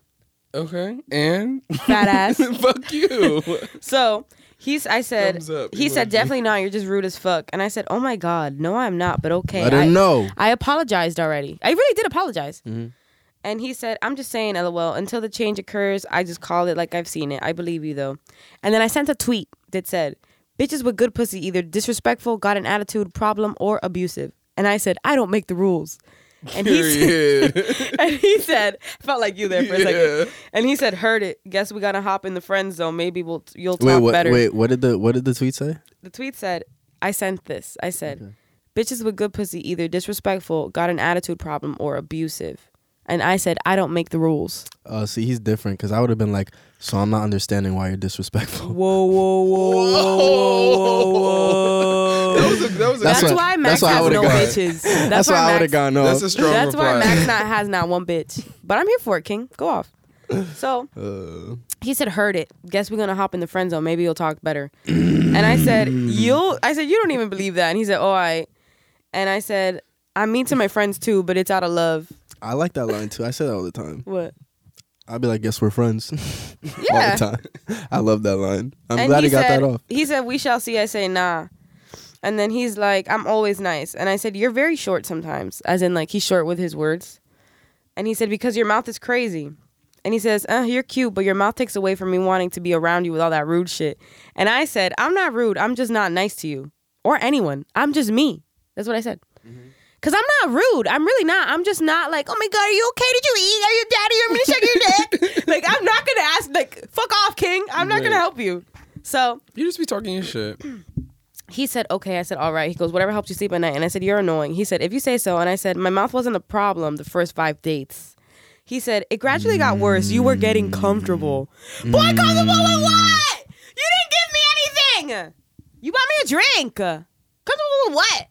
Speaker 4: Okay, and
Speaker 3: Fat ass.
Speaker 4: fuck you.
Speaker 3: So he's, I said,
Speaker 4: Thumbs up,
Speaker 3: he said,
Speaker 4: emoji.
Speaker 3: definitely not. You're just rude as fuck. And I said, oh my God, no, I'm not, but okay.
Speaker 5: Let
Speaker 3: I
Speaker 5: him know. Mm-hmm.
Speaker 3: I apologized already. I really did apologize. And he said, I'm just saying, lol, until the change occurs, I just call it like I've seen it. I believe you though. And then I sent a tweet that said, bitches with good pussy either disrespectful, got an attitude problem, or abusive. And I said, I don't make the rules. And he said,
Speaker 4: Period.
Speaker 3: and he said, felt like you there for a
Speaker 4: Yeah.
Speaker 3: second. And he said, heard it. Guess we gotta hop in the friend zone. Maybe we'll you'll talk
Speaker 5: Wait, what?
Speaker 3: better.
Speaker 5: Wait, what did the what did the tweet say?
Speaker 3: The tweet said, I sent this. I said, bitches with good pussy either disrespectful, got an attitude problem, or abusive. And I said, I don't make the rules.
Speaker 5: Uh, see, he's different because I would have been like, so I'm not understanding why you're disrespectful.
Speaker 3: Whoa, whoa, whoa, whoa, whoa, whoa.
Speaker 4: that was a, that was a,
Speaker 5: That's
Speaker 3: That's,
Speaker 5: what-
Speaker 3: why Max
Speaker 5: that's what I
Speaker 3: has
Speaker 5: would've
Speaker 3: no
Speaker 5: got.
Speaker 3: bitches. That's,
Speaker 5: That's,
Speaker 3: why,
Speaker 5: why I would
Speaker 3: Max,
Speaker 5: have gone. No,
Speaker 4: that's a strong
Speaker 3: That's
Speaker 4: reply. Uh,
Speaker 3: why Max not has not one bitch. But I'm here for it, King. Go off. So he said, heard it. Guess we're gonna hop in the friend zone. Maybe you'll talk better. and I said, you'll. I said, you don't even believe that. And he said, oh, I. And I said, I'm mean to my friends too, but it's out of love.
Speaker 5: I like that line too. I say that all the time.
Speaker 3: What?
Speaker 5: I'd be like, guess we're friends.
Speaker 3: Yeah.
Speaker 5: all the time. I love that line. I'm
Speaker 3: and
Speaker 5: glad
Speaker 3: he
Speaker 5: he got
Speaker 3: said,
Speaker 5: that off.
Speaker 3: He said, "We shall see." I say, "Nah." And then he's like, "I'm always nice," and I said, "You're very short sometimes," as in like he's short with his words. And he said, "Because your mouth is crazy." And he says, uh, "You're cute, but your mouth takes away from me wanting to be around you with all that rude shit." And I said, "I'm not rude. I'm just not nice to you or anyone. I'm just me." That's what I said. Cause I'm not rude. I'm really not. I'm just not like, oh my god, are you okay? Did you eat? Are you daddy? I'm gonna shake your dick. like I'm not gonna ask. Like fuck off, King. I'm not gonna
Speaker 4: Right.
Speaker 3: help you. So
Speaker 4: You just be talking your shit.
Speaker 3: he said, okay. I said, all right. He goes, whatever helps you sleep at night. And I said, you're annoying. He said, if you say so. And I said, my mouth wasn't a problem the first five dates. He said, it gradually got worse. You were getting comfortable. Boy, comfortable with what? You didn't give me anything. You bought me a drink. Comfortable with what?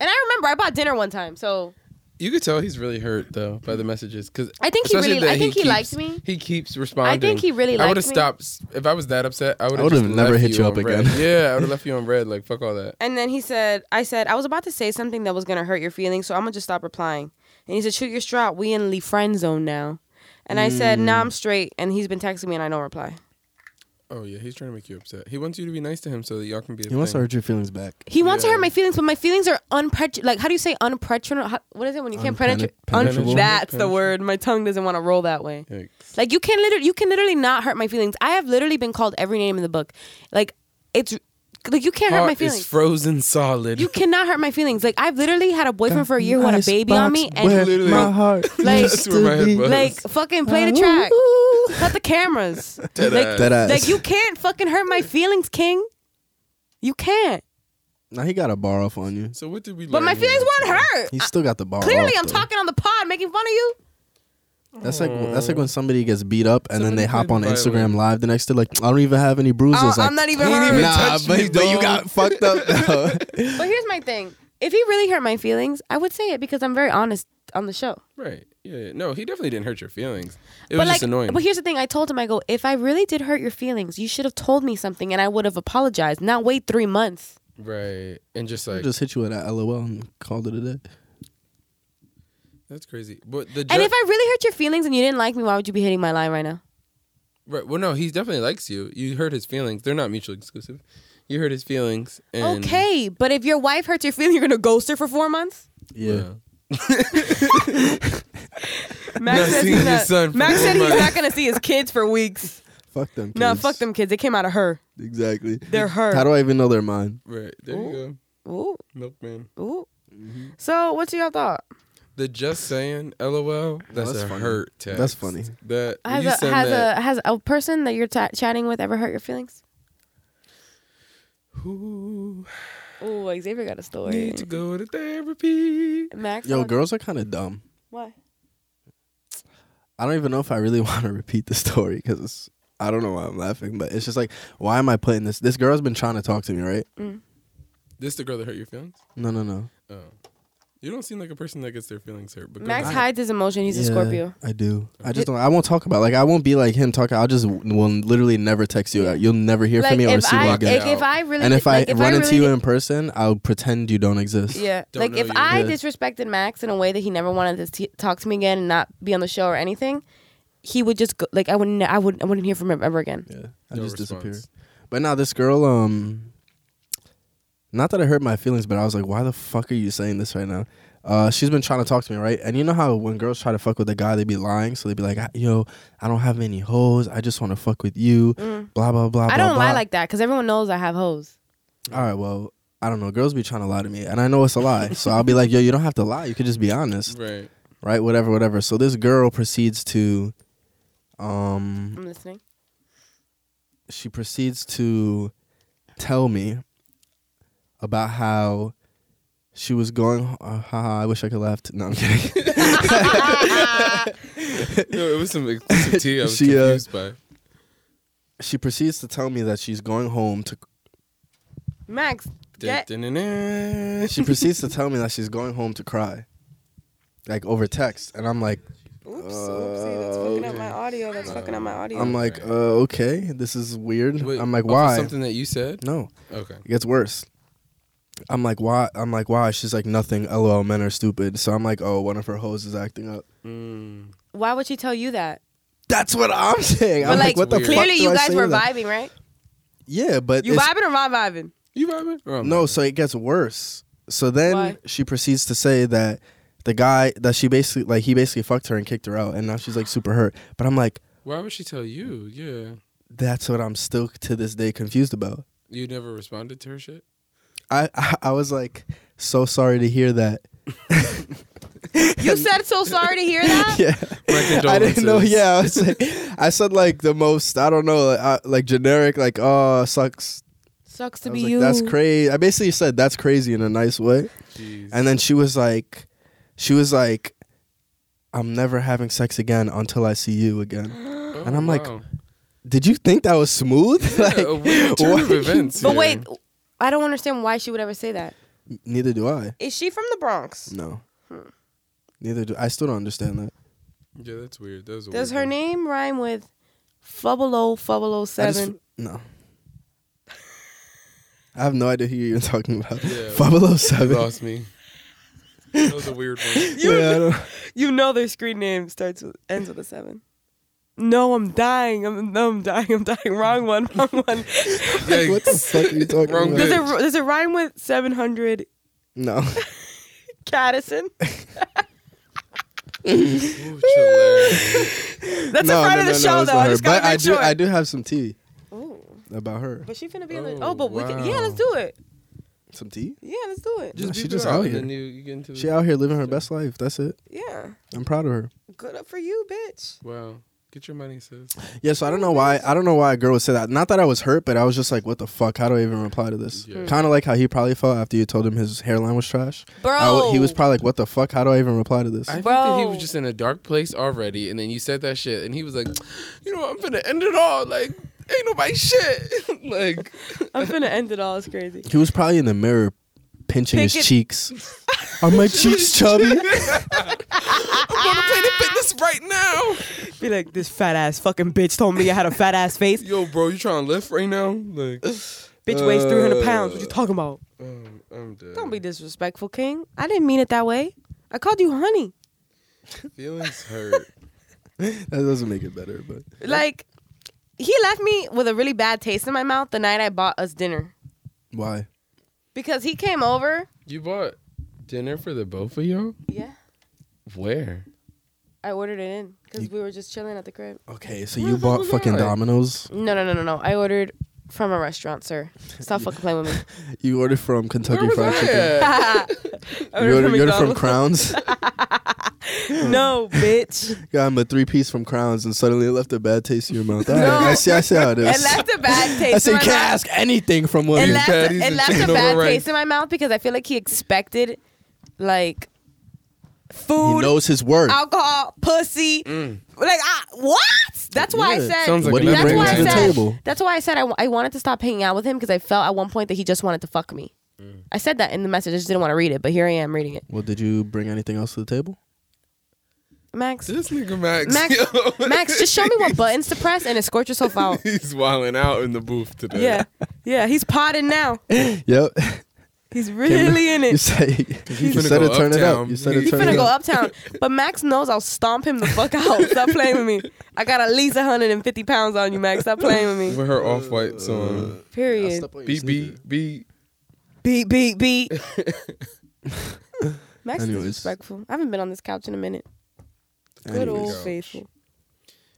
Speaker 3: And I remember I bought dinner one time. So
Speaker 4: You could tell he's really hurt though by the messages because
Speaker 3: I think he really- I think he likes me.
Speaker 4: He keeps responding.
Speaker 3: he really
Speaker 4: I would have
Speaker 3: likes me.
Speaker 4: stopped if I was that upset. I would
Speaker 5: I would've
Speaker 4: just
Speaker 5: never
Speaker 4: left
Speaker 5: hit you up
Speaker 4: on red.
Speaker 5: again.
Speaker 4: Yeah, I would have left you on red. Like fuck all that.
Speaker 3: And then he said, I said, I was about to say something that was going to hurt your feelings, so I'm going to just stop replying. And he said, shoot your strap. We in the friend zone now. And I said, nah,
Speaker 4: Mm.
Speaker 3: I'm straight. And he's been texting me and I don't reply.
Speaker 4: Oh yeah, he's trying to make you upset. He wants you to be nice to him so that y'all can be. A
Speaker 5: He wants to
Speaker 4: thing.
Speaker 5: hurt your feelings back.
Speaker 3: He wants to
Speaker 4: Yeah.
Speaker 3: hurt my feelings, but my feelings are unpret like how do you say unpretron how- What is it when you can't
Speaker 5: Unpenet-
Speaker 3: penetrate?
Speaker 5: penetrable.
Speaker 3: that's the
Speaker 4: Penetrable.
Speaker 3: word. My tongue doesn't want to roll that way.
Speaker 4: Yikes.
Speaker 3: Like you can literally you can literally not hurt my feelings. I have literally been called every name in the book. Like it's like you can't hurt my
Speaker 4: Heart is
Speaker 3: feelings.
Speaker 4: frozen solid.
Speaker 3: you cannot hurt my feelings. Like I've literally had a boyfriend for a year who had a baby on me and
Speaker 4: Literally. my
Speaker 5: heart.
Speaker 3: Like-
Speaker 4: That's where my head was.
Speaker 3: Like fucking play
Speaker 5: Uh,
Speaker 3: the track. Cut the cameras.
Speaker 4: Dead
Speaker 3: like-
Speaker 4: ass.
Speaker 5: that ass.
Speaker 3: like you can't fucking hurt my feelings, King. You can't.
Speaker 5: now he got a bar off on you.
Speaker 4: So what did we?
Speaker 3: But
Speaker 4: learn
Speaker 3: my feelings
Speaker 4: here?
Speaker 3: won't hurt.
Speaker 5: He
Speaker 3: I-
Speaker 5: still got the bar.
Speaker 3: Clearly,
Speaker 5: off,
Speaker 3: I'm
Speaker 5: though.
Speaker 3: talking on the pod, making fun of you.
Speaker 5: That's like that's
Speaker 4: Mm.
Speaker 5: like when somebody gets beat up and then
Speaker 4: Somebody
Speaker 5: they hop on
Speaker 4: played the violin.
Speaker 5: Instagram live the next day. Like I don't even have any bruises.
Speaker 3: Oh,
Speaker 5: like,
Speaker 3: I'm not even
Speaker 4: He ain't
Speaker 3: hurt.
Speaker 4: even
Speaker 5: nah,
Speaker 4: touched
Speaker 5: but,
Speaker 4: me,
Speaker 5: but you
Speaker 4: dog.
Speaker 5: got fucked up.
Speaker 3: but here's my thing: if he really hurt my feelings, I would say it because I'm very honest on the show.
Speaker 4: Right. Yeah. No, he definitely didn't hurt your feelings. It
Speaker 3: but
Speaker 4: was
Speaker 3: like,
Speaker 4: just annoying.
Speaker 3: but here's the thing: I told him, I go, if I really did hurt your feelings, you should have told me something, and I would have apologized. Not wait three months.
Speaker 4: right. And just
Speaker 5: I
Speaker 4: like
Speaker 5: just hit you with that LOL and called it a day.
Speaker 4: that's crazy. But the ju-
Speaker 3: And if I really hurt your feelings and you didn't like me, why would you be hitting my line right now?
Speaker 4: right, well, no, he definitely likes you. You hurt his feelings. They're not mutually exclusive. You hurt his feelings. And
Speaker 3: Okay, but if your wife hurts your feelings, you're gonna ghost her for four months.
Speaker 5: Yeah.
Speaker 3: Max
Speaker 4: Not
Speaker 3: says
Speaker 4: seeing
Speaker 3: he's
Speaker 4: his
Speaker 3: not,
Speaker 4: son for
Speaker 3: Max
Speaker 4: four
Speaker 3: said he's
Speaker 4: months.
Speaker 3: not gonna see his kids for weeks.
Speaker 5: Fuck them. Kids.
Speaker 3: No, fuck them kids. It came out of her.
Speaker 5: Exactly.
Speaker 3: They're her.
Speaker 5: How do I even know they're mine?
Speaker 4: Right. There you go.
Speaker 3: Ooh,
Speaker 4: Milkman.
Speaker 3: ooh.
Speaker 4: Mm-hmm.
Speaker 3: So, what's your thought?
Speaker 4: The just saying LOL. That's,
Speaker 5: that's
Speaker 4: a
Speaker 5: funny.
Speaker 4: hurt text.
Speaker 5: That's funny.
Speaker 4: That
Speaker 3: Has
Speaker 4: you
Speaker 3: a
Speaker 4: send
Speaker 3: has
Speaker 4: that.
Speaker 3: a has a person that you're ta chatting with ever hurt your feelings?
Speaker 4: Who
Speaker 3: Ooh, Xavier got a story.
Speaker 4: need to go to therapy?
Speaker 3: Max,
Speaker 5: Yo,
Speaker 3: what-
Speaker 5: girls are kind of dumb.
Speaker 3: What?
Speaker 5: I don't even know if I really want to repeat the story because it's. I don't know why I'm laughing, but it's just like, why am I putting this? This girl's been trying to talk to me, right?
Speaker 4: This the girl that hurt your feelings?
Speaker 5: No, no, no.
Speaker 4: Oh. You don't seem like a person that gets their feelings hurt. But go
Speaker 3: Max
Speaker 4: ahead.
Speaker 3: hides his emotion. He's a
Speaker 5: Yeah,
Speaker 3: Scorpio.
Speaker 5: I do. I just don't. I won't talk about. it. Like I won't be like him talking. I'll just w- will literally never text you. You'll never hear from me or
Speaker 3: if
Speaker 5: see
Speaker 3: I,
Speaker 5: me
Speaker 4: walking
Speaker 5: again.
Speaker 3: like, if
Speaker 4: out.
Speaker 3: I really
Speaker 5: and if
Speaker 3: like,
Speaker 5: I
Speaker 3: if
Speaker 5: run
Speaker 3: I
Speaker 5: into
Speaker 3: really
Speaker 5: you in person, I'll pretend you don't exist.
Speaker 3: Yeah.
Speaker 4: Don't
Speaker 3: like
Speaker 4: know
Speaker 3: if
Speaker 4: you.
Speaker 3: I
Speaker 5: Yeah.
Speaker 3: disrespected Max in a way that he never wanted to t- talk to me again and not be on the show or anything, he would just go, like I wouldn't I would I wouldn't hear from him ever again.
Speaker 5: Yeah, I
Speaker 4: No
Speaker 5: just
Speaker 4: response.
Speaker 5: disappear. But now this girl, um, not that it hurt my feelings, but I was like, why the fuck are you saying this right now? Uh, she's been trying to talk to me, right? And you know how when girls try to fuck with a guy, they be lying. So they be like, "I- yo, I don't have any hoes. I just want to fuck with you. Blah, blah, blah,
Speaker 3: Mm. I
Speaker 5: blah,
Speaker 3: don't lie
Speaker 5: blah.
Speaker 3: like that because everyone knows I have hoes.
Speaker 5: All right, well, I don't know. Girls be trying to lie to me, and I know it's a lie. so I'll be like, yo, you don't have to lie. You could just be honest,
Speaker 4: Right.
Speaker 5: right? Whatever, whatever. So this girl proceeds to, um,
Speaker 3: I'm listening.
Speaker 5: she proceeds to tell me about how she was going. Uh, haha, I wish I could laugh. T- no, I'm kidding.
Speaker 4: No, it was some exclusive tea I was
Speaker 5: She, uh,
Speaker 4: confused by.
Speaker 5: she proceeds to tell me that she's going home to.
Speaker 3: Max,
Speaker 4: Dun,
Speaker 3: get
Speaker 4: dun, dun, dun.
Speaker 5: She proceeds to tell me that she's going home to cry, like over text, and I'm like,
Speaker 3: Oops, oopsie, that's fucking up my audio. That's it's fucking up my audio.
Speaker 5: Oh, I'm like, uh, okay, this is weird.
Speaker 4: Wait,
Speaker 5: I'm like,
Speaker 4: off of
Speaker 5: why?
Speaker 4: Something that you said?
Speaker 5: No,
Speaker 4: Okay.
Speaker 5: it gets worse. I'm like, why? I'm like, why? She's like, nothing. LOL, men are stupid. So I'm like, oh, one of her hoes is acting up.
Speaker 4: Mm.
Speaker 3: Why would she tell you that?
Speaker 5: That's what I'm saying.
Speaker 3: But
Speaker 5: I'm
Speaker 3: like,
Speaker 5: like, what the fuck?
Speaker 3: clearly
Speaker 5: do
Speaker 3: you
Speaker 5: I
Speaker 3: guys
Speaker 5: say
Speaker 3: were
Speaker 5: to that?
Speaker 3: vibing, right?
Speaker 5: Yeah, but
Speaker 3: You
Speaker 5: it's-
Speaker 3: vibing or not vibing?
Speaker 4: You vibing? Oh, Or I'm
Speaker 5: No,
Speaker 4: vibing?
Speaker 5: so it gets worse. So then
Speaker 3: Why?
Speaker 5: she proceeds to say that the guy that she basically like he basically fucked her and kicked her out, and now she's like super hurt. But I'm like,
Speaker 4: Why would she tell you? Yeah.
Speaker 5: that's what I'm still to this day confused about.
Speaker 4: You never responded to her shit?
Speaker 5: I I, I was like so sorry to hear that.
Speaker 3: You said so sorry to hear that.
Speaker 5: yeah, I didn't know.
Speaker 4: condolences.
Speaker 5: Yeah, I was like, I said like the most I don't know like, I, like generic like oh sucks.
Speaker 3: Sucks
Speaker 5: I
Speaker 3: to be
Speaker 5: was like,
Speaker 3: you.
Speaker 5: that's crazy. I basically said that's crazy in a nice way.
Speaker 4: Jeez.
Speaker 5: And then she was like, she was like, I'm never having sex again until I see you again.
Speaker 4: Oh,
Speaker 5: and I'm like,
Speaker 4: wow.
Speaker 5: Did you think that was smooth?
Speaker 4: Yeah, a weird turn of
Speaker 5: what?
Speaker 4: events.
Speaker 3: But
Speaker 4: here.
Speaker 3: wait, I don't understand why she would ever say that.
Speaker 5: Neither do I.
Speaker 3: Is she from the Bronx?
Speaker 5: No. Neither do I. Still don't understand that.
Speaker 4: Yeah, that's weird. That was a
Speaker 3: Does
Speaker 4: weird
Speaker 3: her
Speaker 4: one.
Speaker 3: name rhyme with Fubble Fubble
Speaker 5: I just-
Speaker 3: Seven?
Speaker 5: no. I have no idea who you're even talking about.
Speaker 4: Yeah.
Speaker 5: Five oh
Speaker 4: You
Speaker 5: seven.
Speaker 4: lost me. That was a weird one.
Speaker 5: Yeah, I don't,
Speaker 3: You know their screen name starts with ends with a seven. No, I'm dying. I'm no, I'm dying. I'm dying. Wrong one. Wrong one.
Speaker 4: Yeah,
Speaker 5: what the fuck are you talking
Speaker 4: Wrong
Speaker 5: about?
Speaker 3: Does
Speaker 4: bitch.
Speaker 3: it does it rhyme with seven hundred
Speaker 5: No.
Speaker 3: Cadison?
Speaker 4: ooh, chill out.
Speaker 3: That's
Speaker 5: no,
Speaker 3: a friend
Speaker 5: no,
Speaker 3: of the
Speaker 5: no, no,
Speaker 3: show
Speaker 5: it's
Speaker 3: though.
Speaker 5: not
Speaker 3: I
Speaker 5: her.
Speaker 3: just
Speaker 5: but
Speaker 3: gotta
Speaker 5: I
Speaker 3: make
Speaker 5: do.
Speaker 3: sure.
Speaker 5: I do have some tea
Speaker 3: Ooh,
Speaker 5: about her.
Speaker 3: but she finna be in the.
Speaker 4: Oh,
Speaker 3: Oh, but we can. Yeah,
Speaker 4: wow.
Speaker 3: let's do it.
Speaker 5: Some tea.
Speaker 3: Yeah, let's do it.
Speaker 5: Nah,
Speaker 4: Just
Speaker 5: she
Speaker 4: beep it
Speaker 5: just
Speaker 4: out,
Speaker 5: out
Speaker 4: and
Speaker 5: here.
Speaker 4: then you- you get into
Speaker 5: She
Speaker 4: the-
Speaker 5: out here living her best life. That's it.
Speaker 3: Yeah,
Speaker 5: I'm proud of her.
Speaker 3: good up for you, bitch.
Speaker 4: Wow. Get your money, sis.
Speaker 5: Yeah, so I don't know why I don't know why a girl would say that. Not that I was hurt, but I was just like, what the fuck? How do I even reply to this?
Speaker 4: Yeah.
Speaker 5: Kind of like how he probably felt after you told him his hairline was trash.
Speaker 3: Bro,
Speaker 5: I w- he was probably like, what the fuck? How do I even reply to this?
Speaker 4: I think that he
Speaker 3: Bro.
Speaker 4: was just in a dark place already, and then you said that shit, and he was like, "You know, what? I'm gonna end it all. Like, ain't nobody shit. like,
Speaker 3: I'm finna end it all. It's crazy.
Speaker 5: he was probably in the mirror pinching his
Speaker 3: Pinching-
Speaker 5: cheeks. Are my cheeks chubby?
Speaker 4: I'm gonna play the fitness right now.
Speaker 3: Be like, this fat ass fucking bitch told me I had a fat ass face.
Speaker 4: Yo, bro, you trying to lift right now? Like,
Speaker 3: Bitch weighs 300 pounds. What you talking about?
Speaker 4: um, I'm dead.
Speaker 3: Don't be disrespectful, King. I didn't mean it that way. I called you honey.
Speaker 4: Feelings hurt.
Speaker 5: that doesn't make it better, but
Speaker 3: Like, he left me with a really bad taste in my mouth the night I bought us dinner
Speaker 5: why?
Speaker 3: because he came over.
Speaker 4: You bought dinner for the both of y'all?
Speaker 3: Yeah,
Speaker 4: Where?
Speaker 3: I ordered it in because we were just chilling at the crib.
Speaker 5: Okay, so you bought fucking Domino's.
Speaker 3: No, no, no, no, no. I ordered from a restaurant, sir. Stop fucking playing with me.
Speaker 5: You ordered from Kentucky
Speaker 4: Where
Speaker 5: Fried
Speaker 4: was I
Speaker 5: Chicken.
Speaker 4: at?
Speaker 3: I
Speaker 5: You ordered, you ordered from
Speaker 3: McDonald's.
Speaker 5: Crowns.
Speaker 3: No, bitch.
Speaker 5: Got him a three piece from Crowns, and suddenly it left a bad taste in your mouth. All right, I see. I see how it is.
Speaker 3: It left a bad taste.
Speaker 5: I say
Speaker 3: in
Speaker 5: you
Speaker 3: my
Speaker 5: can't
Speaker 3: mouth.
Speaker 5: ask anything from
Speaker 3: It
Speaker 5: women.
Speaker 3: left,
Speaker 4: patties
Speaker 3: it
Speaker 4: and
Speaker 3: left a
Speaker 4: chicken
Speaker 3: bad
Speaker 4: over rice.
Speaker 3: taste in my mouth because I feel like he expected, like,
Speaker 5: He
Speaker 3: food,
Speaker 5: knows his worth.
Speaker 3: alcohol, pussy. Like, I, what? That's why I
Speaker 5: Yeah.
Speaker 3: said.
Speaker 4: Sounds like
Speaker 5: Mm. What do you
Speaker 3: that's
Speaker 4: another
Speaker 5: bring
Speaker 3: why
Speaker 5: to
Speaker 3: I
Speaker 5: the
Speaker 3: said.
Speaker 5: table?
Speaker 3: That's why I said I, w- I wanted to stop hanging out with him because I felt at one point that he just wanted to fuck me.
Speaker 5: Mm.
Speaker 3: I said that in the message. I just didn't want to read it, but here I am reading it.
Speaker 5: Well, did you bring anything else to the table?
Speaker 3: Max,
Speaker 4: This nigga Max.
Speaker 3: Max,
Speaker 4: yo.
Speaker 3: Max, just show me what buttons to press and escort yourself out.
Speaker 4: He's wilding out in the booth today.
Speaker 3: Yeah, yeah, he's potted now.
Speaker 5: Yep.
Speaker 3: He's really in
Speaker 5: you
Speaker 3: it.
Speaker 5: said, you
Speaker 4: finna
Speaker 5: said
Speaker 4: go
Speaker 5: it, turn it up.
Speaker 4: uptown.
Speaker 5: You said it,
Speaker 4: He
Speaker 5: turn
Speaker 3: finna
Speaker 5: it
Speaker 3: go
Speaker 5: up.
Speaker 3: uptown. But Max knows I'll stomp him the fuck out. Stop playing with me. I got at least 150 pounds on you, Max. Stop playing with me.
Speaker 4: With her off white song.
Speaker 3: Period.
Speaker 4: Beep, beep, beep.
Speaker 3: Beat, beat, beat. Max
Speaker 5: Anyways.
Speaker 3: is disrespectful. I haven't been on this couch in a minute. Good
Speaker 5: Anyways.
Speaker 3: old
Speaker 4: Couch.
Speaker 3: faithful.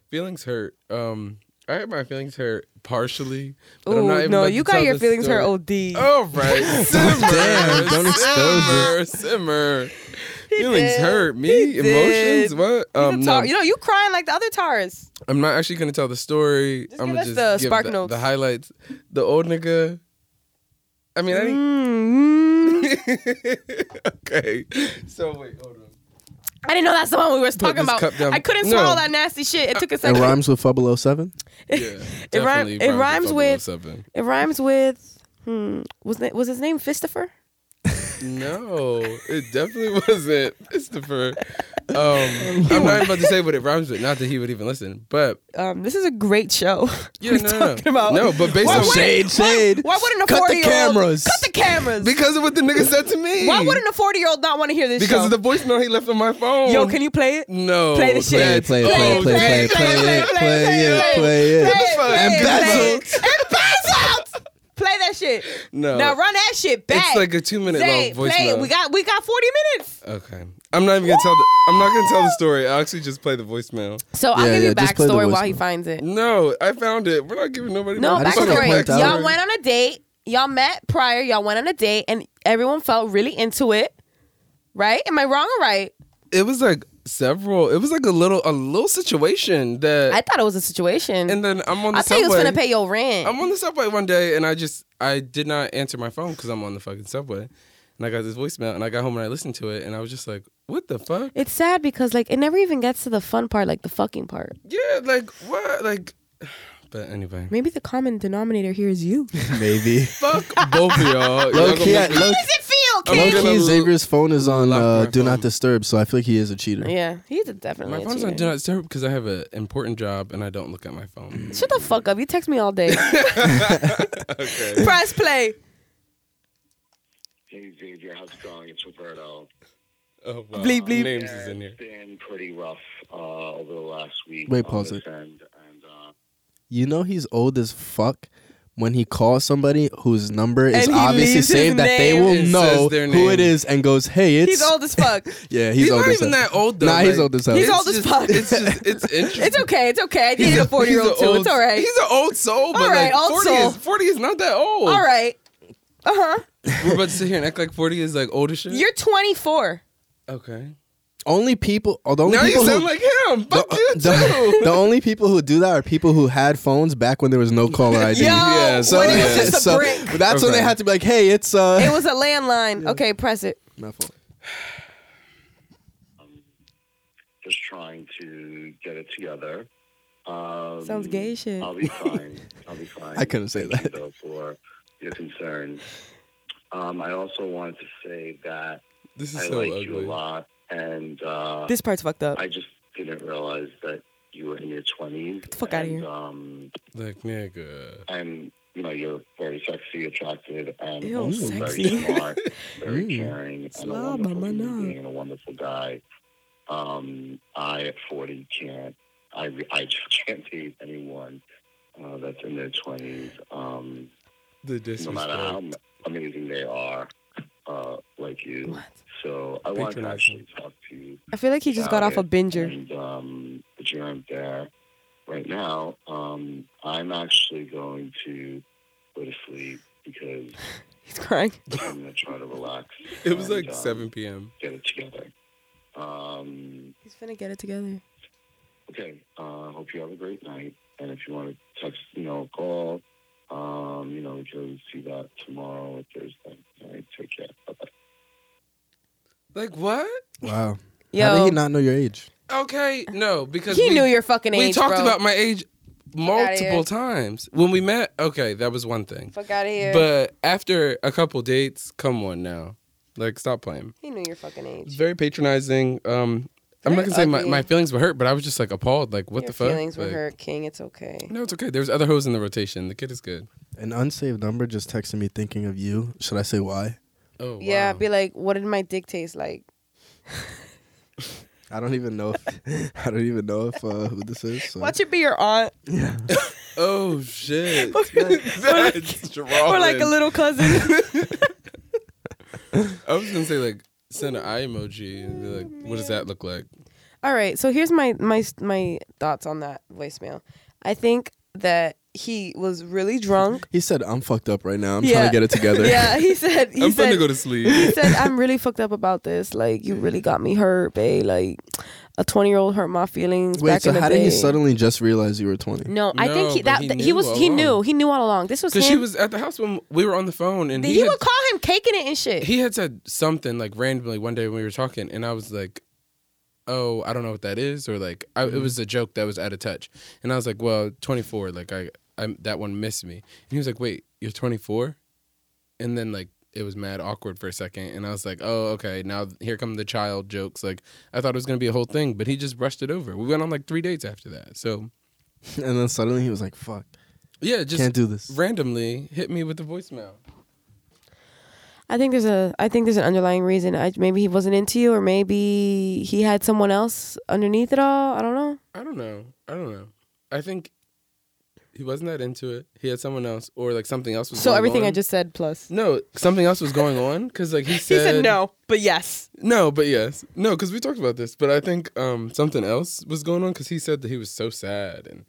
Speaker 4: Feelings hurt. Um, I had my feelings hurt partially. but I'm not
Speaker 3: Oh
Speaker 4: even
Speaker 3: no,
Speaker 4: about
Speaker 3: you
Speaker 4: to tell
Speaker 3: got your
Speaker 4: this
Speaker 3: feelings hurt,
Speaker 4: story. Um,
Speaker 3: OD.
Speaker 4: All Oh, right. Simmer.
Speaker 5: Damn, don't expose
Speaker 4: simmer,
Speaker 5: it.
Speaker 4: simmer. Feelings
Speaker 3: did.
Speaker 4: hurt. Me?
Speaker 3: He
Speaker 4: Emotions?
Speaker 3: did.
Speaker 4: What?
Speaker 3: He's a
Speaker 4: Um, no,
Speaker 3: Taur- You know, you crying like the other Taurus.
Speaker 4: I'm not actually going to tell the story.
Speaker 3: Just
Speaker 4: I'm
Speaker 3: give
Speaker 4: gonna
Speaker 3: us the
Speaker 4: give
Speaker 3: spark
Speaker 4: the,
Speaker 3: notes.
Speaker 4: The highlights. The old nigga. I mean, I didn't.
Speaker 3: Mm, mm.
Speaker 4: okay. So wait, hold on.
Speaker 3: I didn't know that's the one we was talking
Speaker 4: this
Speaker 3: about.
Speaker 4: cup down.
Speaker 3: I couldn't
Speaker 4: No.
Speaker 3: swallow that nasty shit. It took a
Speaker 5: It
Speaker 3: second.
Speaker 5: rhymes with 007.
Speaker 4: Yeah,
Speaker 3: It rhyme-
Speaker 4: definitely
Speaker 3: it rhymes with-
Speaker 4: something.
Speaker 3: It rhymes with hmm, was that, was his name Fistifer?
Speaker 4: No, it definitely wasn't Christopher. Um, I'm not even about to say what it rhymes with. Not that he would even listen, but
Speaker 3: Um, this is a great show.
Speaker 4: yeah,
Speaker 3: We're
Speaker 4: no, no,
Speaker 3: talking about-
Speaker 4: no. But based
Speaker 3: Why
Speaker 4: on
Speaker 3: wouldn't-
Speaker 5: Shade, shade.
Speaker 3: Why wouldn't a
Speaker 5: Cut the
Speaker 3: 40 year old
Speaker 5: cameras.
Speaker 3: cut the cameras?
Speaker 4: because of what the nigga said to me.
Speaker 3: Why wouldn't a 40 year old not want to hear this
Speaker 4: Because
Speaker 3: show?
Speaker 4: of the voicemail he left on my phone.
Speaker 3: Yo, can you play it?
Speaker 4: No.
Speaker 3: Play the shit.
Speaker 5: Play it, play it, play it, play it, play it, play it, play it.
Speaker 3: Embezzled. Embezzled.
Speaker 5: Embezzled.
Speaker 3: Play that shit.
Speaker 4: No.
Speaker 3: Now run that shit back.
Speaker 4: It's like a two minute
Speaker 3: Zay,
Speaker 4: long voicemail.
Speaker 3: play it. We got we got 40 minutes.
Speaker 4: Okay. I'm not even gonna tell the I'm not gonna tell the story. I'll actually just play the voicemail.
Speaker 3: So I'll
Speaker 5: Yeah,
Speaker 3: give you
Speaker 5: yeah, just play the
Speaker 3: backstory while he
Speaker 5: voicemail.
Speaker 3: finds it.
Speaker 4: No, I found it. We're not giving nobody
Speaker 3: No,
Speaker 5: I just wanna
Speaker 3: backstory.
Speaker 5: point out-
Speaker 3: Y'all went on a date. Y'all met prior. Y'all went on a date, and everyone felt really into it. Right? Am I wrong or right?
Speaker 4: It was like several it was like a little a little situation that
Speaker 3: I thought it was a situation.
Speaker 4: and then I'm on the
Speaker 3: I thought
Speaker 4: subway.
Speaker 3: you was gonna pay your rent.
Speaker 4: I'm on the subway one day and I just I did not answer my phone because I'm on the fucking subway. And I got this voicemail and I got home and I listened to it and I was just like, what the fuck?
Speaker 3: it's sad because like it never even gets to the fun part, like the fucking part.
Speaker 4: Yeah, like what? Like but anyway.
Speaker 3: Maybe the common denominator here is you. How
Speaker 5: Maybe.
Speaker 4: Fuck both of y'all.
Speaker 5: Low
Speaker 4: Y'all
Speaker 5: key,
Speaker 4: gonna make me-
Speaker 5: low,
Speaker 3: does it feel,
Speaker 4: I'm
Speaker 5: low
Speaker 3: kid?
Speaker 4: okay.
Speaker 5: key,
Speaker 4: gonna
Speaker 5: Xavier's phone is on
Speaker 4: lock
Speaker 5: uh,
Speaker 4: my
Speaker 5: Do Not
Speaker 4: phone.
Speaker 5: Disturb, so I feel like he is a cheater.
Speaker 3: Yeah, he's a definitely. a
Speaker 4: My phone's
Speaker 3: cheater.
Speaker 4: on do not disturb because I have an important job and I don't look at my phone.
Speaker 3: Shut the fuck up. You text me all day.
Speaker 4: okay.
Speaker 3: Press play.
Speaker 6: Hey Xavier, how's it going? It's Roberto.
Speaker 4: Oh, wow.
Speaker 3: Bleep, bleep.
Speaker 4: Names is in here.
Speaker 6: It's been pretty rough uh, over the last week.
Speaker 5: Wait,
Speaker 6: on
Speaker 5: pause
Speaker 6: this
Speaker 5: it.
Speaker 6: End, and uh,
Speaker 5: You know he's old as fuck when he calls somebody whose number is
Speaker 3: And he
Speaker 5: obviously
Speaker 3: leaves his
Speaker 5: saved that they
Speaker 3: name.
Speaker 5: will
Speaker 4: It
Speaker 5: know
Speaker 4: says their
Speaker 5: who it
Speaker 4: name.
Speaker 5: is and goes, "Hey, it's
Speaker 3: He's old as fuck.
Speaker 5: yeah, he's,
Speaker 4: He's,
Speaker 5: old
Speaker 4: not
Speaker 5: as
Speaker 4: even
Speaker 5: hell.
Speaker 4: that old though.
Speaker 5: Nah, he's old as hell.
Speaker 3: He's
Speaker 4: it's
Speaker 3: old as
Speaker 4: just-
Speaker 3: fuck.
Speaker 4: It's just, it's interesting.
Speaker 3: It's okay. It's okay. I dated a forty year old
Speaker 4: He's a
Speaker 3: too.
Speaker 4: old-
Speaker 3: It's all right.
Speaker 4: He's an old soul, but
Speaker 3: All right,
Speaker 4: like
Speaker 3: old
Speaker 4: 40,
Speaker 3: soul.
Speaker 4: Is, 40 is not that old.
Speaker 3: all right. Uh huh.
Speaker 4: We're about to sit here and act like 40 is like old as shit.
Speaker 3: You're 24.
Speaker 4: okay.
Speaker 5: Only people, oh, the only
Speaker 4: Now
Speaker 5: people
Speaker 4: you sound
Speaker 5: who,
Speaker 4: like him. Fuck
Speaker 5: the,
Speaker 4: you too.
Speaker 5: the- the only people who do that are people who had phones back when there was no caller ID.
Speaker 3: Yo,
Speaker 4: Yeah, so-
Speaker 3: when it
Speaker 4: yeah,
Speaker 3: was just a
Speaker 5: so
Speaker 3: brick.
Speaker 5: that's when they
Speaker 4: Okay.
Speaker 5: had to be like, "Hey, it's uh."
Speaker 3: It was a landline. Okay, press it.
Speaker 5: my fault.
Speaker 6: just trying to get it together. Um,
Speaker 3: Sounds gay shit.
Speaker 6: I'll be fine. I'll be fine.
Speaker 5: I couldn't say
Speaker 6: Thank you,
Speaker 5: that.
Speaker 6: though, for your concerns. Um, I also wanted to say that
Speaker 4: This is
Speaker 6: I
Speaker 4: so
Speaker 6: like you a
Speaker 4: ugly.
Speaker 6: lot, and uh,
Speaker 3: This part's fucked up.
Speaker 6: I just didn't realize that you were in your twenties.
Speaker 3: the fuck outta here.
Speaker 6: Um,
Speaker 4: Like, nigga.
Speaker 6: and you know you're very sexy, attractive, and
Speaker 3: Ew,
Speaker 6: also
Speaker 3: sexy. Mm.
Speaker 6: very smart, very caring, and a
Speaker 3: Slob, I'm
Speaker 6: wonderful human
Speaker 3: not.
Speaker 6: being and a wonderful guy. Um, I at 40 can't. I I just can't date anyone uh, that's in their 20s. Um,
Speaker 4: The
Speaker 6: no matter how
Speaker 4: disrespect.
Speaker 6: am- amazing they are, uh, like you. So I wanted to
Speaker 4: Patronizing.
Speaker 6: actually talk to you
Speaker 3: I feel like he just got off a
Speaker 6: about it,
Speaker 3: binger.
Speaker 6: And um, but you're not there right now. Um, I'm actually going to go to sleep because
Speaker 3: He's crying.
Speaker 6: I'm going to try to relax.
Speaker 4: It was
Speaker 6: and,
Speaker 4: like
Speaker 6: um,
Speaker 4: 7 p.m.
Speaker 6: Get it together. Um,
Speaker 3: He's finna get it together.
Speaker 6: okay. Uh, hope you have a great night. And if you want to text, you know, call. Um, you know, we can see that tomorrow or Thursday. All right, take care. Bye bye.
Speaker 4: Like, what?
Speaker 5: Wow. How did
Speaker 3: Yo,
Speaker 5: he not know your age?
Speaker 4: Okay, no, because
Speaker 3: he
Speaker 4: we-
Speaker 3: knew your fucking
Speaker 4: we
Speaker 3: age.
Speaker 4: talked
Speaker 3: bro.
Speaker 4: about my age
Speaker 3: outta here.
Speaker 4: multiple times when we met. Okay, that was one thing.
Speaker 3: Fuck out of here.
Speaker 4: But after a couple dates, come on now, like stop playing.
Speaker 3: he knew your fucking age.
Speaker 4: Very patronizing. Um, I'm
Speaker 3: Very
Speaker 4: not gonna say my,
Speaker 3: ugly.
Speaker 4: my feelings were hurt, but I was just like appalled. Like, what
Speaker 3: your
Speaker 4: the fuck?
Speaker 3: feelings were
Speaker 4: Like, Oh,
Speaker 3: hurt, King. It's okay.
Speaker 4: No, it's okay. There's other hoes in the rotation. The kid is good.
Speaker 5: An unsaved number just texted me thinking of you. Should I say why?
Speaker 4: Oh
Speaker 3: Yeah,
Speaker 4: wow.
Speaker 3: be like, what did my dick taste like?
Speaker 5: I don't even know. If, I don't even know if uh, who this is. So.
Speaker 3: Watch it be your aunt
Speaker 5: Yeah.
Speaker 4: oh shit. That's
Speaker 3: or like a
Speaker 4: drawing.
Speaker 3: little cousin.
Speaker 4: I was gonna say like send an eye emoji and be like, what does that look like?
Speaker 3: All right, so here's my my my thoughts on that voicemail. I think that he was really drunk.
Speaker 5: He said, "I'm fucked up right now. I'm
Speaker 3: Yeah.
Speaker 5: trying to get it together."
Speaker 3: yeah, he said. He
Speaker 4: I'm
Speaker 3: said,
Speaker 4: finna go to
Speaker 3: He
Speaker 4: sleep.
Speaker 3: said, "I'm really fucked up about this. Like, you really got me hurt, babe. Like, a 20 year old hurt my feelings
Speaker 5: Wait.
Speaker 3: back
Speaker 5: So
Speaker 3: in the
Speaker 5: how
Speaker 3: day."
Speaker 5: did he suddenly just realize you were 20?
Speaker 3: No, I think he
Speaker 4: No, but
Speaker 3: that
Speaker 4: he
Speaker 3: th- he,
Speaker 4: knew
Speaker 3: was
Speaker 4: all
Speaker 3: he knew
Speaker 4: along.
Speaker 3: he knew all along. This was him.
Speaker 4: Because she was at the house when we were on the phone, and
Speaker 3: he,
Speaker 4: he, had,
Speaker 3: would call him caking it and shit.
Speaker 4: he had said something like randomly one day when we were talking, and I was like, "Oh, I don't know what that is," or like, I,
Speaker 5: Mm-hmm.
Speaker 4: "It was a joke that was out of touch," and I was like, "Well, 24, like I, I that one missed me," and he was like, "Wait, you're 24," and then like it was mad awkward for a second, and I was like, "Oh, okay, now here come the child jokes." Like I thought it was gonna be a whole thing, but he just brushed it over. We went on like three dates after that, so
Speaker 5: and then suddenly he was like, "Fuck,
Speaker 4: yeah, just
Speaker 5: can't do this."
Speaker 4: randomly hit me with the voicemail.
Speaker 3: I think there's a I think there's an underlying reason. I, maybe he wasn't into you, or maybe he had someone else underneath it all. I don't know.
Speaker 4: I don't know. I don't know. I think he wasn't that into it. He had someone else, or like something else was.
Speaker 3: So
Speaker 4: going
Speaker 3: everything I
Speaker 4: on.
Speaker 3: just said plus.
Speaker 4: no, something else was going on because like he
Speaker 3: He
Speaker 4: said,
Speaker 3: said no, but yes.
Speaker 4: no, but yes, no, because we talked about this, but I think um something else was going on because he said that he was so sad and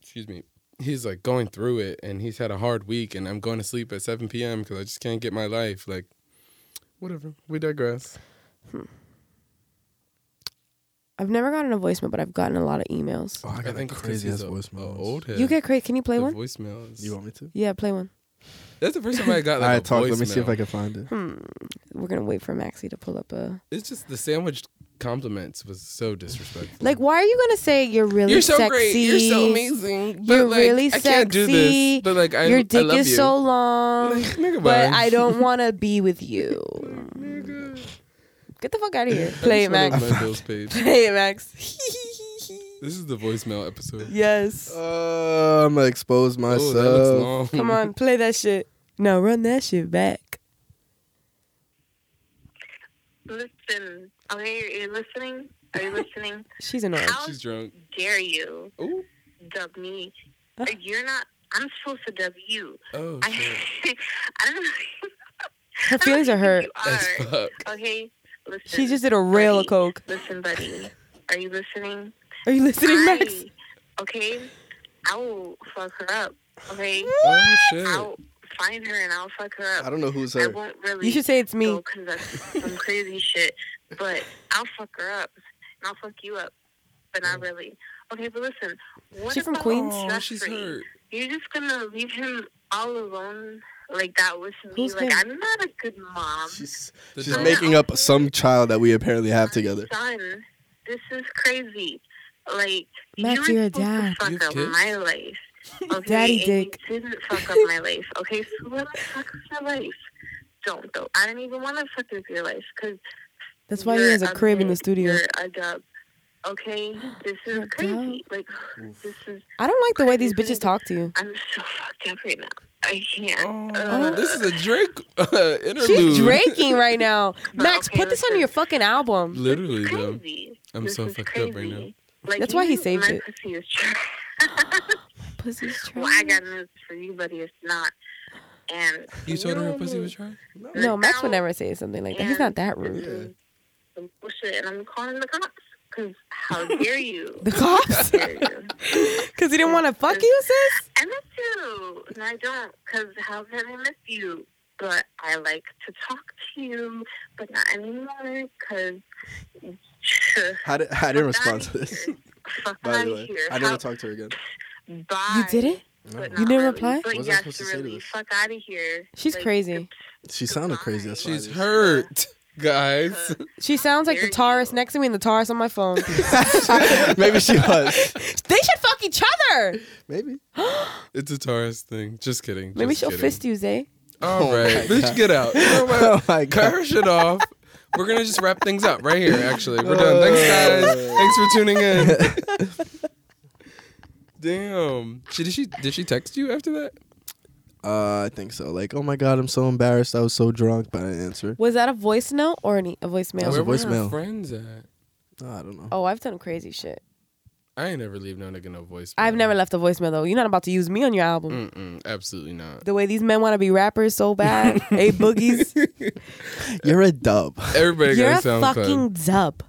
Speaker 4: excuse me, he's like going through it and he's had a hard week and I'm going to sleep at seven p.m. because I just can't get my life like. Whatever. We digress.
Speaker 3: I've never gotten a voicemail, but I've gotten a lot of emails.
Speaker 5: Oh, I got
Speaker 4: think
Speaker 5: a
Speaker 4: it's 'cause
Speaker 5: crazy
Speaker 4: he's
Speaker 5: ass
Speaker 4: a-
Speaker 5: voicemail.
Speaker 4: a Old head.
Speaker 3: You get crazy. Can you play
Speaker 4: the
Speaker 3: one?
Speaker 4: voicemails.
Speaker 5: You want me to?
Speaker 3: Yeah, play one.
Speaker 4: That's the first time I got
Speaker 5: All
Speaker 4: like
Speaker 5: right,
Speaker 4: a
Speaker 5: talk. Let me see
Speaker 4: voicemail.
Speaker 5: if I can find it.
Speaker 3: We're gonna wait for Maxie to pull up a.
Speaker 4: It's just the sandwich compliments was so disrespectful.
Speaker 3: Like, why are you gonna say you're really
Speaker 4: you're so
Speaker 3: sexy?
Speaker 4: great, you're so amazing, but
Speaker 3: You're
Speaker 4: like
Speaker 3: really
Speaker 4: I can't do
Speaker 3: sexy,
Speaker 4: this. But like I,
Speaker 3: Your
Speaker 4: I
Speaker 3: dick
Speaker 4: love
Speaker 3: is
Speaker 4: you.
Speaker 3: so long,
Speaker 4: Like, nigga,
Speaker 3: but
Speaker 4: bye.
Speaker 3: I don't want to be with you. Get the fuck out of here.
Speaker 4: I
Speaker 3: Play it,
Speaker 4: just went
Speaker 3: Max.
Speaker 4: on my Bill's page.
Speaker 3: Play it, Max.
Speaker 4: This is the voicemail episode.
Speaker 3: yes.
Speaker 5: Uh, I'm gonna expose
Speaker 4: Oh,
Speaker 5: myself.
Speaker 4: that looks long.
Speaker 3: Come on, play that shit. No, run that shit back.
Speaker 7: Listen, okay, are you listening? Are you listening?
Speaker 3: She's annoying.
Speaker 7: How
Speaker 4: She's drunk.
Speaker 7: dare you
Speaker 4: Ooh.
Speaker 7: dub me?
Speaker 3: Huh?
Speaker 7: You're not. I'm supposed to dub you.
Speaker 4: Oh,
Speaker 7: I,
Speaker 4: shit.
Speaker 7: I don't know.
Speaker 3: Her feelings are hurt.
Speaker 7: You
Speaker 4: As
Speaker 7: are
Speaker 4: fuck.
Speaker 7: okay. Listen.
Speaker 3: She just did a rail of
Speaker 7: buddy.
Speaker 3: coke.
Speaker 7: Listen, buddy. Are you listening?
Speaker 3: Are you listening,
Speaker 7: I,
Speaker 3: Max?
Speaker 7: Okay, I will fuck her up. Okay,
Speaker 4: Oh, shit.
Speaker 7: I'll find her and I'll fuck her up.
Speaker 5: I don't know who's
Speaker 7: I
Speaker 5: her.
Speaker 7: won't really.
Speaker 3: You should say it's me.
Speaker 7: because that's some crazy shit. But I'll fuck her up and I'll fuck you up, but not really. Okay, but listen, what
Speaker 3: She from
Speaker 7: about
Speaker 3: Queens?
Speaker 4: Oh, she's
Speaker 7: Jeffrey?
Speaker 4: hurt.
Speaker 7: You're just gonna leave him all alone like that with me?
Speaker 3: Who's
Speaker 7: like
Speaker 3: him?
Speaker 7: I'm not a good mom.
Speaker 5: She's,
Speaker 4: The
Speaker 5: she's
Speaker 4: dog.
Speaker 5: making up some child that we apparently have together.
Speaker 7: Son, this is crazy. Like
Speaker 3: Max,
Speaker 7: you
Speaker 3: you're
Speaker 7: were
Speaker 3: a
Speaker 7: supposed to
Speaker 3: dad.
Speaker 7: fuck
Speaker 4: You have
Speaker 7: up
Speaker 4: kids?
Speaker 7: my life. Okay?
Speaker 3: Daddy
Speaker 7: and you
Speaker 3: dick.
Speaker 7: didn't fuck up my life. Okay, so let me fuck up your life. Don't though. I don't even want to fuck up your life because
Speaker 3: That's why he has a crib in the studio.
Speaker 7: You're a dub. Okay, this is
Speaker 3: You're a
Speaker 7: crazy. Like this is.
Speaker 3: I don't like the way these bitches talk to you.
Speaker 7: I'm so fucked up right now. I can't.
Speaker 4: Oh,
Speaker 7: Uh,
Speaker 4: this is a Drake uh, interlude.
Speaker 3: She's draking right now.
Speaker 7: No,
Speaker 3: Max,
Speaker 7: okay,
Speaker 3: put this on
Speaker 7: listen.
Speaker 3: your fucking album.
Speaker 4: Literally though.
Speaker 7: crazy.
Speaker 4: I'm
Speaker 7: This
Speaker 4: so
Speaker 7: is
Speaker 4: fucked
Speaker 7: crazy.
Speaker 4: up right now.
Speaker 7: Like,
Speaker 3: That's why he
Speaker 7: you-
Speaker 3: saved
Speaker 7: my
Speaker 3: it.
Speaker 7: Pussy is
Speaker 3: Pussy's
Speaker 7: Well, I got news for you, buddy. It's not. And
Speaker 4: You told her her
Speaker 7: know
Speaker 4: pussy
Speaker 7: me.
Speaker 4: was trash.
Speaker 3: No, Max would never say something like that. He's not that rude.
Speaker 5: Yeah.
Speaker 7: Some bullshit, and I'm calling the cops because how dare you?
Speaker 3: The cops?
Speaker 7: How dare you?
Speaker 3: Because he didn't want to fuck you, sis?
Speaker 7: I miss you, and I don't because how can I miss you? But I like to talk to you, but not anymore because.
Speaker 5: How did, I didn't respond to this.
Speaker 7: Fuck
Speaker 5: By
Speaker 7: out
Speaker 5: the
Speaker 7: of
Speaker 5: way,
Speaker 7: here.
Speaker 5: I
Speaker 7: How-
Speaker 5: never talked to her again.
Speaker 7: Bye.
Speaker 3: You didn't?
Speaker 7: But
Speaker 5: No.
Speaker 7: not
Speaker 3: didn't
Speaker 7: really.
Speaker 3: reply?
Speaker 7: But
Speaker 5: What was I
Speaker 7: yes,
Speaker 5: supposed to say to
Speaker 7: really.
Speaker 5: this?
Speaker 7: Fuck out of here.
Speaker 3: She's
Speaker 7: Like,
Speaker 3: crazy.
Speaker 5: She sounded crazy. That's why I
Speaker 4: She's
Speaker 5: just-
Speaker 4: hurt, guys.
Speaker 3: She sounds like the
Speaker 7: There you
Speaker 3: Taurus
Speaker 7: go.
Speaker 3: next to me and the Taurus on my phone. they
Speaker 5: Maybe she was.
Speaker 3: should fuck each other.
Speaker 5: Maybe.
Speaker 4: It's a Taurus thing. Just kidding.
Speaker 3: Maybe
Speaker 4: just
Speaker 3: she'll
Speaker 4: kidding.
Speaker 3: fist you, Zay.
Speaker 4: All
Speaker 5: Oh
Speaker 4: right,
Speaker 5: my
Speaker 4: bitch,
Speaker 5: God.
Speaker 4: get out. You know what?
Speaker 5: Oh my
Speaker 4: Cut
Speaker 5: god.
Speaker 4: her shit off. We're gonna just wrap things up right here. Actually, we're done. Thanks,
Speaker 5: Oh.
Speaker 4: guys. Thanks for tuning in. Damn. She, did she did she text you after that?
Speaker 5: Uh, I think so. Like, oh my god, I'm so embarrassed. I was so drunk, but I didn't answer.
Speaker 3: Was that a voice note or an, e- a
Speaker 5: That was
Speaker 3: voicemail?
Speaker 5: a
Speaker 4: Where were her
Speaker 5: voicemail.
Speaker 4: friends at?
Speaker 5: Oh, I don't know.
Speaker 3: Oh, I've done crazy shit.
Speaker 4: I ain't never leave no nigga no voicemail.
Speaker 3: I've never left a voicemail though. You're not about to use me on your album.
Speaker 4: Mm-mm, absolutely not.
Speaker 3: The way these men want to be rappers so bad, a boogies.
Speaker 5: You're a dub.
Speaker 4: Everybody
Speaker 3: You're a
Speaker 4: got a SoundCloud.
Speaker 3: fucking dub.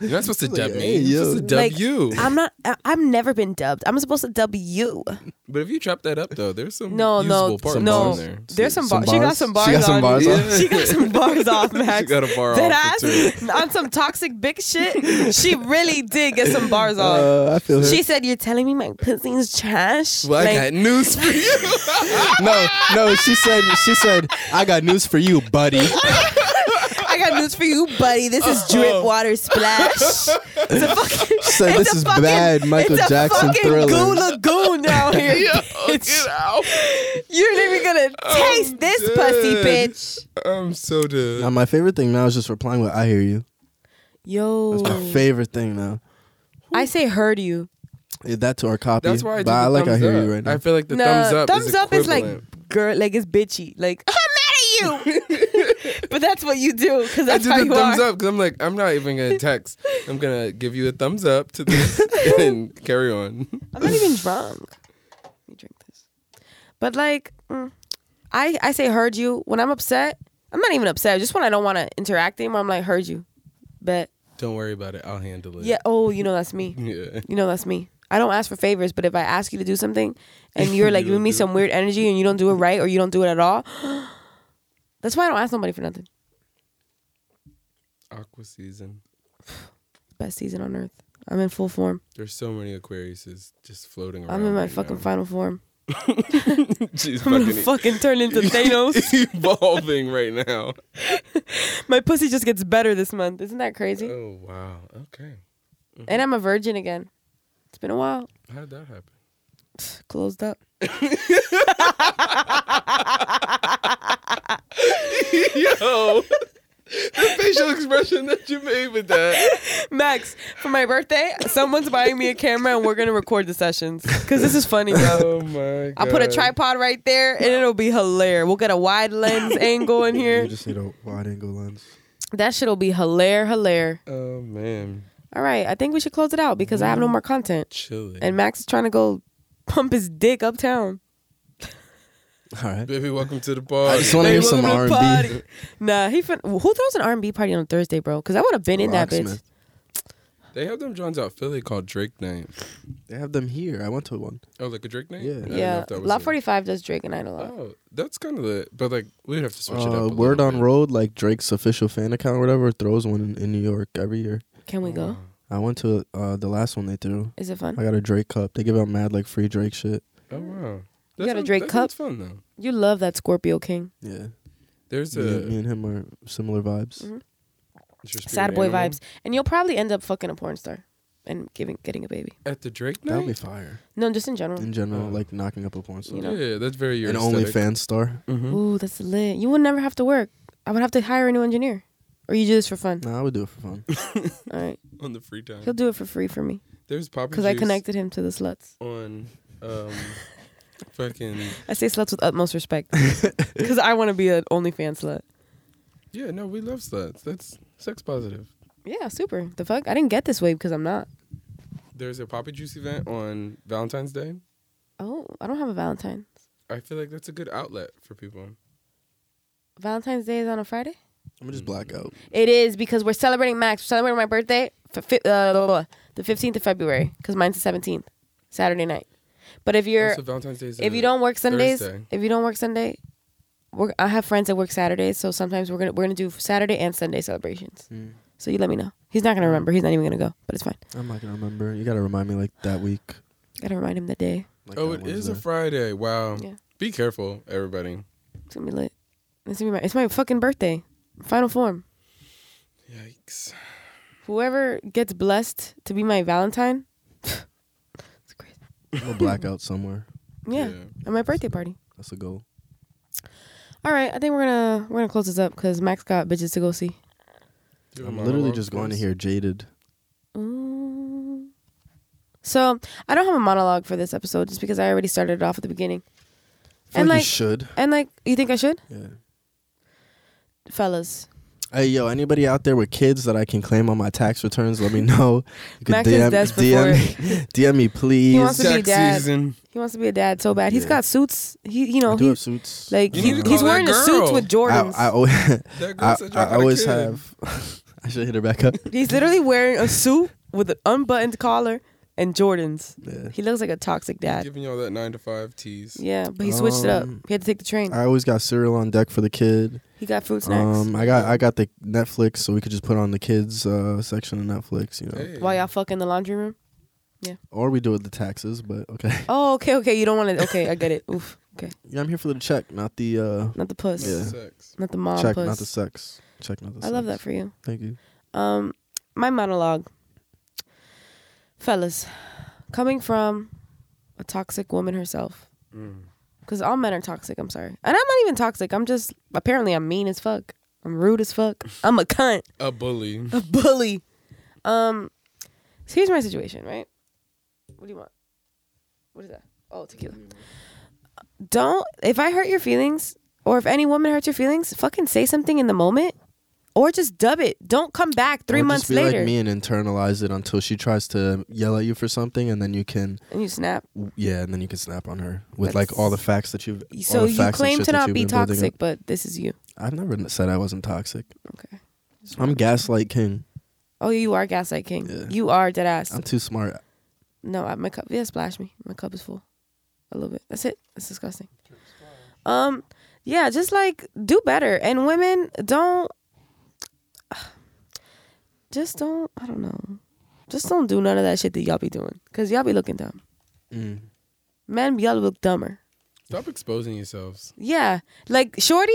Speaker 4: You're not supposed to dub me.
Speaker 5: Hey,
Speaker 4: You're
Speaker 5: yo.
Speaker 4: supposed to dub
Speaker 3: Like,
Speaker 4: you.
Speaker 3: I'm not. I, I've never been dubbed. I'm supposed to dub you.
Speaker 4: but if you chop that up though, there's some
Speaker 3: No,
Speaker 4: usable
Speaker 3: no,
Speaker 4: parts
Speaker 3: no.
Speaker 4: in there.
Speaker 3: There's some,
Speaker 5: Some
Speaker 3: bars. She got
Speaker 5: bars?
Speaker 3: some
Speaker 5: She
Speaker 3: bars.
Speaker 5: got some
Speaker 3: on.
Speaker 5: bars
Speaker 4: off?
Speaker 3: She got some bars off, Max.
Speaker 4: She got a bar
Speaker 3: Dead
Speaker 4: off for two.
Speaker 3: ass on some toxic big shit. She really did get some bars off.
Speaker 5: Uh, I feel her.
Speaker 3: she said, "You're telling me my pussy is trash."
Speaker 4: Well,
Speaker 3: Like,
Speaker 4: I got news for you.
Speaker 5: no, no. She said. She said. I got news for you, buddy.
Speaker 3: I got news for you, buddy. This is drip water splash. It's a fucking.
Speaker 5: She said
Speaker 3: it's
Speaker 5: this
Speaker 3: a
Speaker 5: is
Speaker 3: fucking-
Speaker 5: bad Michael
Speaker 3: it's
Speaker 5: Jackson
Speaker 3: a fucking
Speaker 5: thriller.
Speaker 3: Goo Lagoon down here.
Speaker 4: Yo,
Speaker 3: bitch.
Speaker 4: get out. Oh,
Speaker 3: You're not even gonna
Speaker 4: I'm
Speaker 3: taste this pussy,
Speaker 4: dead.
Speaker 3: bitch.
Speaker 4: I'm so dead.
Speaker 5: Now my favorite thing now is just replying with "I hear you."
Speaker 3: Yo,
Speaker 5: That's my favorite thing now.
Speaker 3: I say heard you.
Speaker 5: Yeah, that to our copy.
Speaker 4: That's why I do
Speaker 5: but
Speaker 4: the
Speaker 5: I like
Speaker 4: thumbs
Speaker 5: "I hear
Speaker 4: up.
Speaker 5: you" right now.
Speaker 4: I feel like the
Speaker 3: No,
Speaker 4: thumbs up. is
Speaker 3: like
Speaker 4: equivalent.
Speaker 3: girl, like it's bitchy. Like I'm mad at you, but that's what you do because
Speaker 4: I
Speaker 3: that's
Speaker 4: did
Speaker 3: how
Speaker 4: the
Speaker 3: you
Speaker 4: thumbs
Speaker 3: are.
Speaker 4: up because I'm like, I'm not even gonna text. I'm gonna give you a thumbs up to this and carry on.
Speaker 3: I'm not even drunk. Let me drink this. But like, mm, I I say heard you when I'm upset. I'm not even upset. Just when I don't want to interact anymore, I'm like heard you. Bet
Speaker 4: Don't worry about it. I'll handle it.
Speaker 3: yeah. Oh, you know that's me.
Speaker 4: Yeah.
Speaker 3: You know that's me. I don't ask for favors, but if I ask you to do something and you're like
Speaker 4: You
Speaker 3: giving me
Speaker 4: do it.
Speaker 3: some weird energy and you don't do it right or you don't do it at all, that's why I don't ask nobody for nothing.
Speaker 4: Aqua season.
Speaker 3: Best season on earth. I'm in full form.
Speaker 4: There's so many Aquariuses just floating around.
Speaker 3: I'm in my
Speaker 4: right
Speaker 3: fucking
Speaker 4: now.
Speaker 3: final form.
Speaker 4: She's
Speaker 3: I'm gonna
Speaker 4: fucking
Speaker 3: fucking turn into Thanos.
Speaker 4: evolving right now.
Speaker 3: My pussy just gets better this month. Isn't that crazy?
Speaker 4: Oh wow. Okay.
Speaker 3: And I'm a virgin again. It's been a while.
Speaker 4: How did that happen?
Speaker 3: Closed up.
Speaker 4: Yo, the facial expression that you made with that.
Speaker 3: Max, for my birthday, someone's buying me a camera and we're gonna record the sessions. Cause this is funny, bro.
Speaker 4: Oh my god.
Speaker 3: I'll put a tripod right there and it'll be hilarious. We'll get a wide lens angle in
Speaker 5: You
Speaker 3: here.
Speaker 5: just need a wide angle lens.
Speaker 3: That shit'll be hilarious, hilarious.
Speaker 4: Oh man,
Speaker 3: All right, I think we should close it out because I have no more content.
Speaker 4: chilling.
Speaker 3: And Max is trying to go pump his dick uptown.
Speaker 5: All right.
Speaker 4: Baby, welcome to the party.
Speaker 5: I just want to
Speaker 3: Hey,
Speaker 5: hear some
Speaker 3: welcome
Speaker 5: R
Speaker 3: to the
Speaker 5: and B.
Speaker 3: party. Nah, he fin- who throws an R and B party on a Thursday, bro? Because I would have been in that bitch.
Speaker 4: They have them Johns out Philly called Drake Night.
Speaker 5: They have them here. I went to one.
Speaker 4: Oh, like a Drake Night?
Speaker 5: Yeah.
Speaker 4: I didn't know
Speaker 3: Yeah,
Speaker 4: if that was
Speaker 3: Lot
Speaker 4: a-
Speaker 3: Forty Five does Drake and I a lot.
Speaker 4: Oh, that's kind of lit. But like, we'd have to switch it up.
Speaker 5: Uh,
Speaker 4: a
Speaker 5: Word
Speaker 4: little
Speaker 5: on
Speaker 4: bit.
Speaker 5: Road, like Drake's official fan account or whatever, throws one in, in New York every year.
Speaker 3: Can we
Speaker 4: Mm-hmm.
Speaker 3: go?
Speaker 5: I went to uh, the last one they threw.
Speaker 3: Is it fun?
Speaker 5: I got a Drake cup. They give out mad like free Drake shit.
Speaker 4: Oh wow.
Speaker 3: You got a
Speaker 4: sounds-
Speaker 3: Drake
Speaker 4: that
Speaker 3: cup?
Speaker 4: sounds fun though.
Speaker 3: You love that Scorpio King,
Speaker 5: Yeah.
Speaker 4: There's
Speaker 5: me, me
Speaker 4: a
Speaker 5: and him are similar vibes.
Speaker 4: it's your
Speaker 3: sad
Speaker 4: spirit
Speaker 3: boy
Speaker 4: animal.
Speaker 3: vibes, and you'll probably end up fucking a porn star and giving getting a baby.
Speaker 4: at the Drake
Speaker 5: That would be
Speaker 4: Night.
Speaker 5: fire.
Speaker 3: No, just in general.
Speaker 5: In general,
Speaker 4: Uh,
Speaker 5: like knocking up a porn star.
Speaker 3: you know.
Speaker 4: Yeah, that's very your
Speaker 5: An
Speaker 4: aesthetic.
Speaker 5: OnlyFans star.
Speaker 4: Mhm.
Speaker 3: Ooh, that's lit. You would never have to work. I would have to hire a new engineer, or you do this for fun.
Speaker 5: Nah, I would do it for fun.
Speaker 3: All right,
Speaker 4: on the free time.
Speaker 3: he'll do it for free for me
Speaker 4: There's Papa
Speaker 3: because I
Speaker 4: Juice
Speaker 3: connected him to the sluts.
Speaker 4: on um fucking
Speaker 3: I say sluts with utmost respect because I want to be an OnlyFans slut.
Speaker 4: yeah. No, we love sluts. That's sex positive.
Speaker 3: Yeah, super. The fuck? I didn't get this way because I'm not.
Speaker 4: There's a Papa Juice event on Valentine's Day.
Speaker 3: Oh, I don't have a Valentine.
Speaker 4: I feel like that's a good outlet for people.
Speaker 3: Valentine's Day is on a Friday?
Speaker 5: I'm just black out.
Speaker 3: It is because we're celebrating Max. We're celebrating my birthday, f- fi- uh, blah, blah, blah, the 15th of February because mine's the 17th, Saturday night. But if you're,
Speaker 4: Also, Valentine's Day is
Speaker 3: if
Speaker 4: a-
Speaker 3: you don't work Sundays,
Speaker 4: Thursday.
Speaker 3: if you don't work Sunday, we're, I have friends that work Saturdays, so sometimes we're gonna we're gonna do Saturday and Sunday celebrations. So you let me know. He's not gonna remember. He's not even gonna go, but it's fine.
Speaker 5: I'm not gonna remember. You gotta remind me like that week.
Speaker 3: Gotta remind him that day.
Speaker 5: Like
Speaker 4: Oh,
Speaker 5: that
Speaker 4: it is a
Speaker 5: Wednesday.
Speaker 4: Friday. Wow.
Speaker 3: Yeah.
Speaker 4: Be careful, everybody.
Speaker 3: It's gonna be lit. It's gonna be my it's my fucking birthday. Final form.
Speaker 4: Yikes.
Speaker 3: whoever gets blessed to be my Valentine, it's crazy.
Speaker 5: I'm a blackout somewhere.
Speaker 3: Yeah, at my birthday party.
Speaker 5: That's a goal.
Speaker 3: All right, I think we're gonna we're gonna close this up because Max got bitches to go see.
Speaker 4: Do a
Speaker 5: I'm literally
Speaker 4: monologue
Speaker 5: just going to
Speaker 4: first.
Speaker 5: hear jaded.
Speaker 3: Mm. So I don't have a monologue for this episode just because I already started it off at the beginning.
Speaker 5: I feel
Speaker 3: And,
Speaker 5: like,
Speaker 3: like-
Speaker 5: you should.
Speaker 3: And like, you think I should,
Speaker 5: Yeah.
Speaker 3: fellas?
Speaker 5: Hey yo, anybody out there with kids that I can claim on my tax returns? Let me know. You
Speaker 3: Max is desperate
Speaker 5: DM, DM me, please.
Speaker 3: wants to be
Speaker 4: Sex
Speaker 3: dad.
Speaker 4: season.
Speaker 3: He wants to be a dad so bad. He's
Speaker 5: Yeah.
Speaker 3: got suits. He, you
Speaker 5: I
Speaker 3: know,
Speaker 5: do have
Speaker 3: he's
Speaker 5: suits.
Speaker 3: like
Speaker 4: You
Speaker 3: he,
Speaker 4: need to
Speaker 3: he's
Speaker 4: call
Speaker 3: wearing the
Speaker 4: that
Speaker 3: suits
Speaker 4: girl.
Speaker 3: with
Speaker 5: I,
Speaker 3: Jordans.
Speaker 5: I, al-
Speaker 4: That girl
Speaker 5: I,
Speaker 4: said y'all
Speaker 5: I
Speaker 4: got a
Speaker 5: always
Speaker 4: kid.
Speaker 5: have. I should hit her back up.
Speaker 3: he's literally wearing a suit with an unbuttoned collar and Jordans.
Speaker 5: Yeah.
Speaker 3: He looks like a toxic dad.
Speaker 4: Giving y'all that nine to five tease.
Speaker 3: Yeah, but he switched it up.
Speaker 5: Um,
Speaker 3: He had to take the train.
Speaker 5: I always got cereal on deck for the kid.
Speaker 3: He got food snacks
Speaker 5: Um, I got I got the Netflix, so we could just put on the kids uh, section of Netflix, you know,
Speaker 4: Hey.
Speaker 3: while y'all fuck in the laundry room.
Speaker 5: or we do it with the taxes. But okay,
Speaker 3: Oh, okay, okay. You don't want to. Okay, I get it. Oof. Okay,
Speaker 5: yeah, I'm here for the check, not the uh,
Speaker 3: not the puss,
Speaker 5: Yeah.
Speaker 4: Sex.
Speaker 3: not the mom
Speaker 5: check,
Speaker 3: puss.
Speaker 5: not the sex. Check, not the.
Speaker 3: I love that
Speaker 5: sex.
Speaker 3: for you.
Speaker 5: Thank you.
Speaker 3: Um, my monologue, fellas, coming from a toxic woman herself.
Speaker 5: Mm.
Speaker 3: Because all men are toxic. I'm sorry, and I'm not even toxic. I'm just apparently I'm mean as fuck. I'm rude as fuck. I'm a cunt,
Speaker 4: A bully.
Speaker 3: a bully. Um, so here's my situation, right? What do you want? What is that? Oh, tequila. Don't. If I hurt your feelings, or if any woman hurts your feelings, fucking say something in the moment, or just dub it. Don't come back three
Speaker 5: Or
Speaker 3: months
Speaker 5: just be
Speaker 3: later
Speaker 5: like me and internalize it until she tries to yell at you for something, and then you can,
Speaker 3: and you snap.
Speaker 5: yeah, and then you can snap on her with
Speaker 3: That's-
Speaker 5: like all the facts that you've. all
Speaker 3: So
Speaker 5: the
Speaker 3: you
Speaker 5: facts and
Speaker 3: claim
Speaker 5: shit
Speaker 3: to
Speaker 5: that
Speaker 3: not
Speaker 5: you've
Speaker 3: be
Speaker 5: been building
Speaker 3: toxic,
Speaker 5: up.
Speaker 3: but this is you.
Speaker 5: I've never said I wasn't toxic.
Speaker 3: Okay.
Speaker 5: I'm gaslight king.
Speaker 3: Oh, you are gaslight king.
Speaker 5: Yeah.
Speaker 3: You are dead ass.
Speaker 5: I'm too smart.
Speaker 3: no, I, my cup. Yeah, splash me. My cup is full. A little bit. That's it. That's disgusting. Um, yeah, just like do better. And women don't. Just don't. I don't know. Just don't do none of that shit that y'all be doing, cause y'all be looking dumb.
Speaker 5: Mm.
Speaker 3: Men, y'all look dumber.
Speaker 4: Stop exposing yourselves.
Speaker 3: Yeah, like Shorty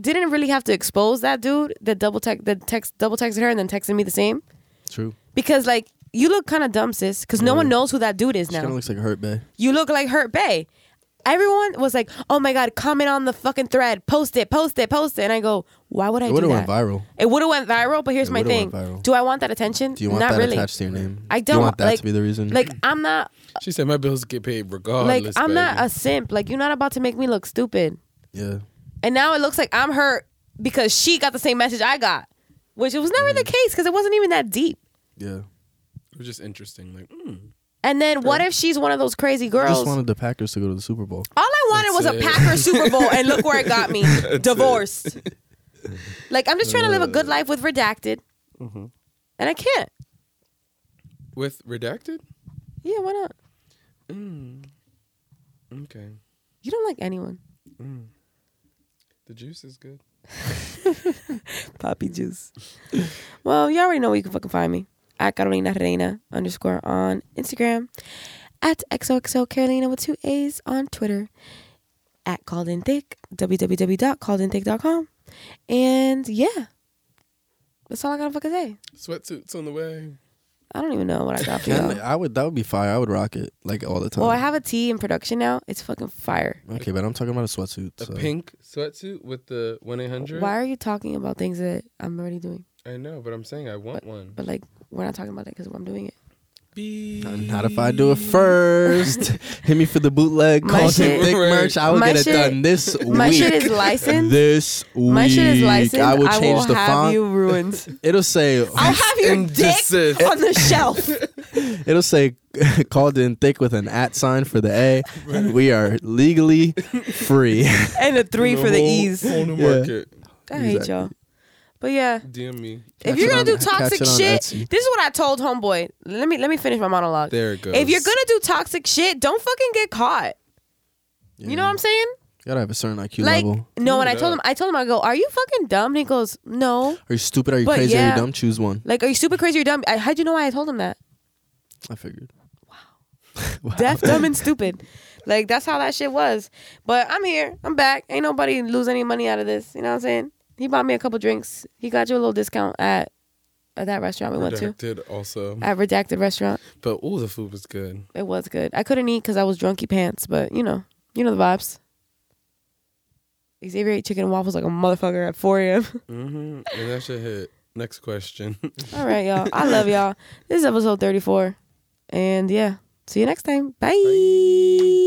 Speaker 3: didn't really have to expose that dude that double text that text double texted her and then texted me the same.
Speaker 5: True.
Speaker 3: because like you look kind of dumb, sis. Because no one knows who that dude is
Speaker 5: Mm. She kind
Speaker 3: now.
Speaker 5: of looks like a hurt bay.
Speaker 3: you look like Hurt Bay. Everyone was like, "Oh my god, comment on the fucking thread, post it, post it, post it." And I go, "Why would I
Speaker 5: It
Speaker 3: do
Speaker 5: would
Speaker 3: that?"
Speaker 5: have went viral.
Speaker 3: It would have went viral. But here's
Speaker 5: It
Speaker 3: my
Speaker 5: would've
Speaker 3: thing:
Speaker 5: went viral.
Speaker 3: Do I want that attention?
Speaker 5: Do you want
Speaker 3: Not
Speaker 5: that
Speaker 3: really.
Speaker 5: attached to your name?
Speaker 3: I
Speaker 5: Do
Speaker 3: don't
Speaker 5: you want that
Speaker 3: like-
Speaker 5: to be the reason.
Speaker 3: Like I'm not,
Speaker 4: She said my bills get paid
Speaker 3: like
Speaker 4: regardless.
Speaker 3: I'm not
Speaker 4: baby."
Speaker 3: a simp. Like you're not about to make me look stupid.
Speaker 5: yeah.
Speaker 3: And now it looks like I'm hurt because she got the same message I got, which it was never
Speaker 5: Mm.
Speaker 3: the case because it wasn't even that deep.
Speaker 5: Yeah.
Speaker 4: It was just interesting. Like, mm.
Speaker 3: And then what if she's one of those crazy girls?
Speaker 5: I just wanted the Packers to go to the Super Bowl.
Speaker 3: All I wanted was
Speaker 4: That's
Speaker 3: a
Speaker 4: it.
Speaker 3: Packer Super Bowl, and look where it got me divorced. Like, I'm just trying to live a
Speaker 4: Uh.
Speaker 3: good life with redacted,
Speaker 4: Mm-hmm.
Speaker 3: and I can't.
Speaker 4: with redacted. Mm.
Speaker 3: Yeah, why not?
Speaker 4: Okay, mm.
Speaker 3: You don't like anyone.
Speaker 4: the juice is good.
Speaker 3: Poppy juice. well, you already know where you can fucking find me at Carolina Reina underscore on Instagram, at XOXO Carolina with two A's on Twitter, at Called In Thick, www.calledinthick.com. And yeah, that's all I gotta fucking say.
Speaker 4: Sweatsuits on the way.
Speaker 3: I don't even know what I got for
Speaker 5: Can
Speaker 3: you.
Speaker 5: I would that would be fire. I would rock it like all the time.
Speaker 3: Well, I have a tee in production now. It's fucking fire.
Speaker 5: Okay, but I'm talking about a sweatsuit.
Speaker 4: A
Speaker 5: so.
Speaker 4: pink sweatsuit with the one eight hundred.
Speaker 3: Why are you talking about things that I'm already doing?
Speaker 4: I know, but I'm saying I want one.
Speaker 3: But like, we're not talking about that because I'm doing it.
Speaker 5: Not if I do it first. Hit me for the bootleg.
Speaker 3: My
Speaker 5: Call
Speaker 3: shit-
Speaker 5: it thick
Speaker 4: Right.
Speaker 5: merch. I will
Speaker 3: My
Speaker 5: get it
Speaker 3: shit-
Speaker 5: done this week.
Speaker 3: My shit is licensed.
Speaker 5: This week.
Speaker 3: My shit is licensed.
Speaker 5: I will change the
Speaker 3: have
Speaker 5: font.
Speaker 3: you ruined.
Speaker 5: It'll say.
Speaker 3: I'll have your
Speaker 4: And
Speaker 3: dick
Speaker 4: this is-
Speaker 3: on the shelf.
Speaker 5: It'll say called in thick with an at sign for the A. We are legally free.
Speaker 3: and a three for the ease. I
Speaker 4: Whole new
Speaker 5: Yeah.
Speaker 4: market.
Speaker 3: hate
Speaker 5: Exactly.
Speaker 3: y'all. But yeah,
Speaker 4: DM me.
Speaker 3: if you're
Speaker 5: it
Speaker 3: gonna
Speaker 5: on-
Speaker 3: do
Speaker 5: catch
Speaker 3: toxic
Speaker 5: it on
Speaker 3: shit,
Speaker 5: Etsy.
Speaker 3: this is what I told homeboy. Let me let me finish my monologue.
Speaker 4: There it goes.
Speaker 3: If you're gonna do toxic shit, don't fucking get caught. You know what I'm saying?
Speaker 5: gotta have a certain IQ
Speaker 3: Like
Speaker 5: level.
Speaker 3: no, and I
Speaker 4: it
Speaker 3: told
Speaker 4: up.
Speaker 3: him I told him I go, "Are you fucking dumb?" And he goes, "No."
Speaker 5: Are you stupid? Are you
Speaker 3: But
Speaker 5: crazy? Are
Speaker 3: yeah.
Speaker 5: you dumb? Choose one.
Speaker 3: Like, are you stupid, crazy, or dumb? I, how'd you know why I told him that?
Speaker 5: I figured.
Speaker 3: Deaf, dumb, and stupid. Like that's how that shit was. But I'm here. I'm back. Ain't nobody lose any money out of this. You know what I'm saying? He bought me a couple drinks. He got you a little discount at at that restaurant we went to.
Speaker 4: Redacted also.
Speaker 3: At Redacted Restaurant.
Speaker 4: But oh, the food was good.
Speaker 3: It was good. I couldn't eat because I was drunky pants, but you know, you know the vibes. Xavier ate chicken and waffles like a motherfucker at 4 a.m.
Speaker 4: Mm-hmm. And that should hit. Next question.
Speaker 3: All right, y'all. I love y'all. This is episode 34. And yeah, see you next time. Bye.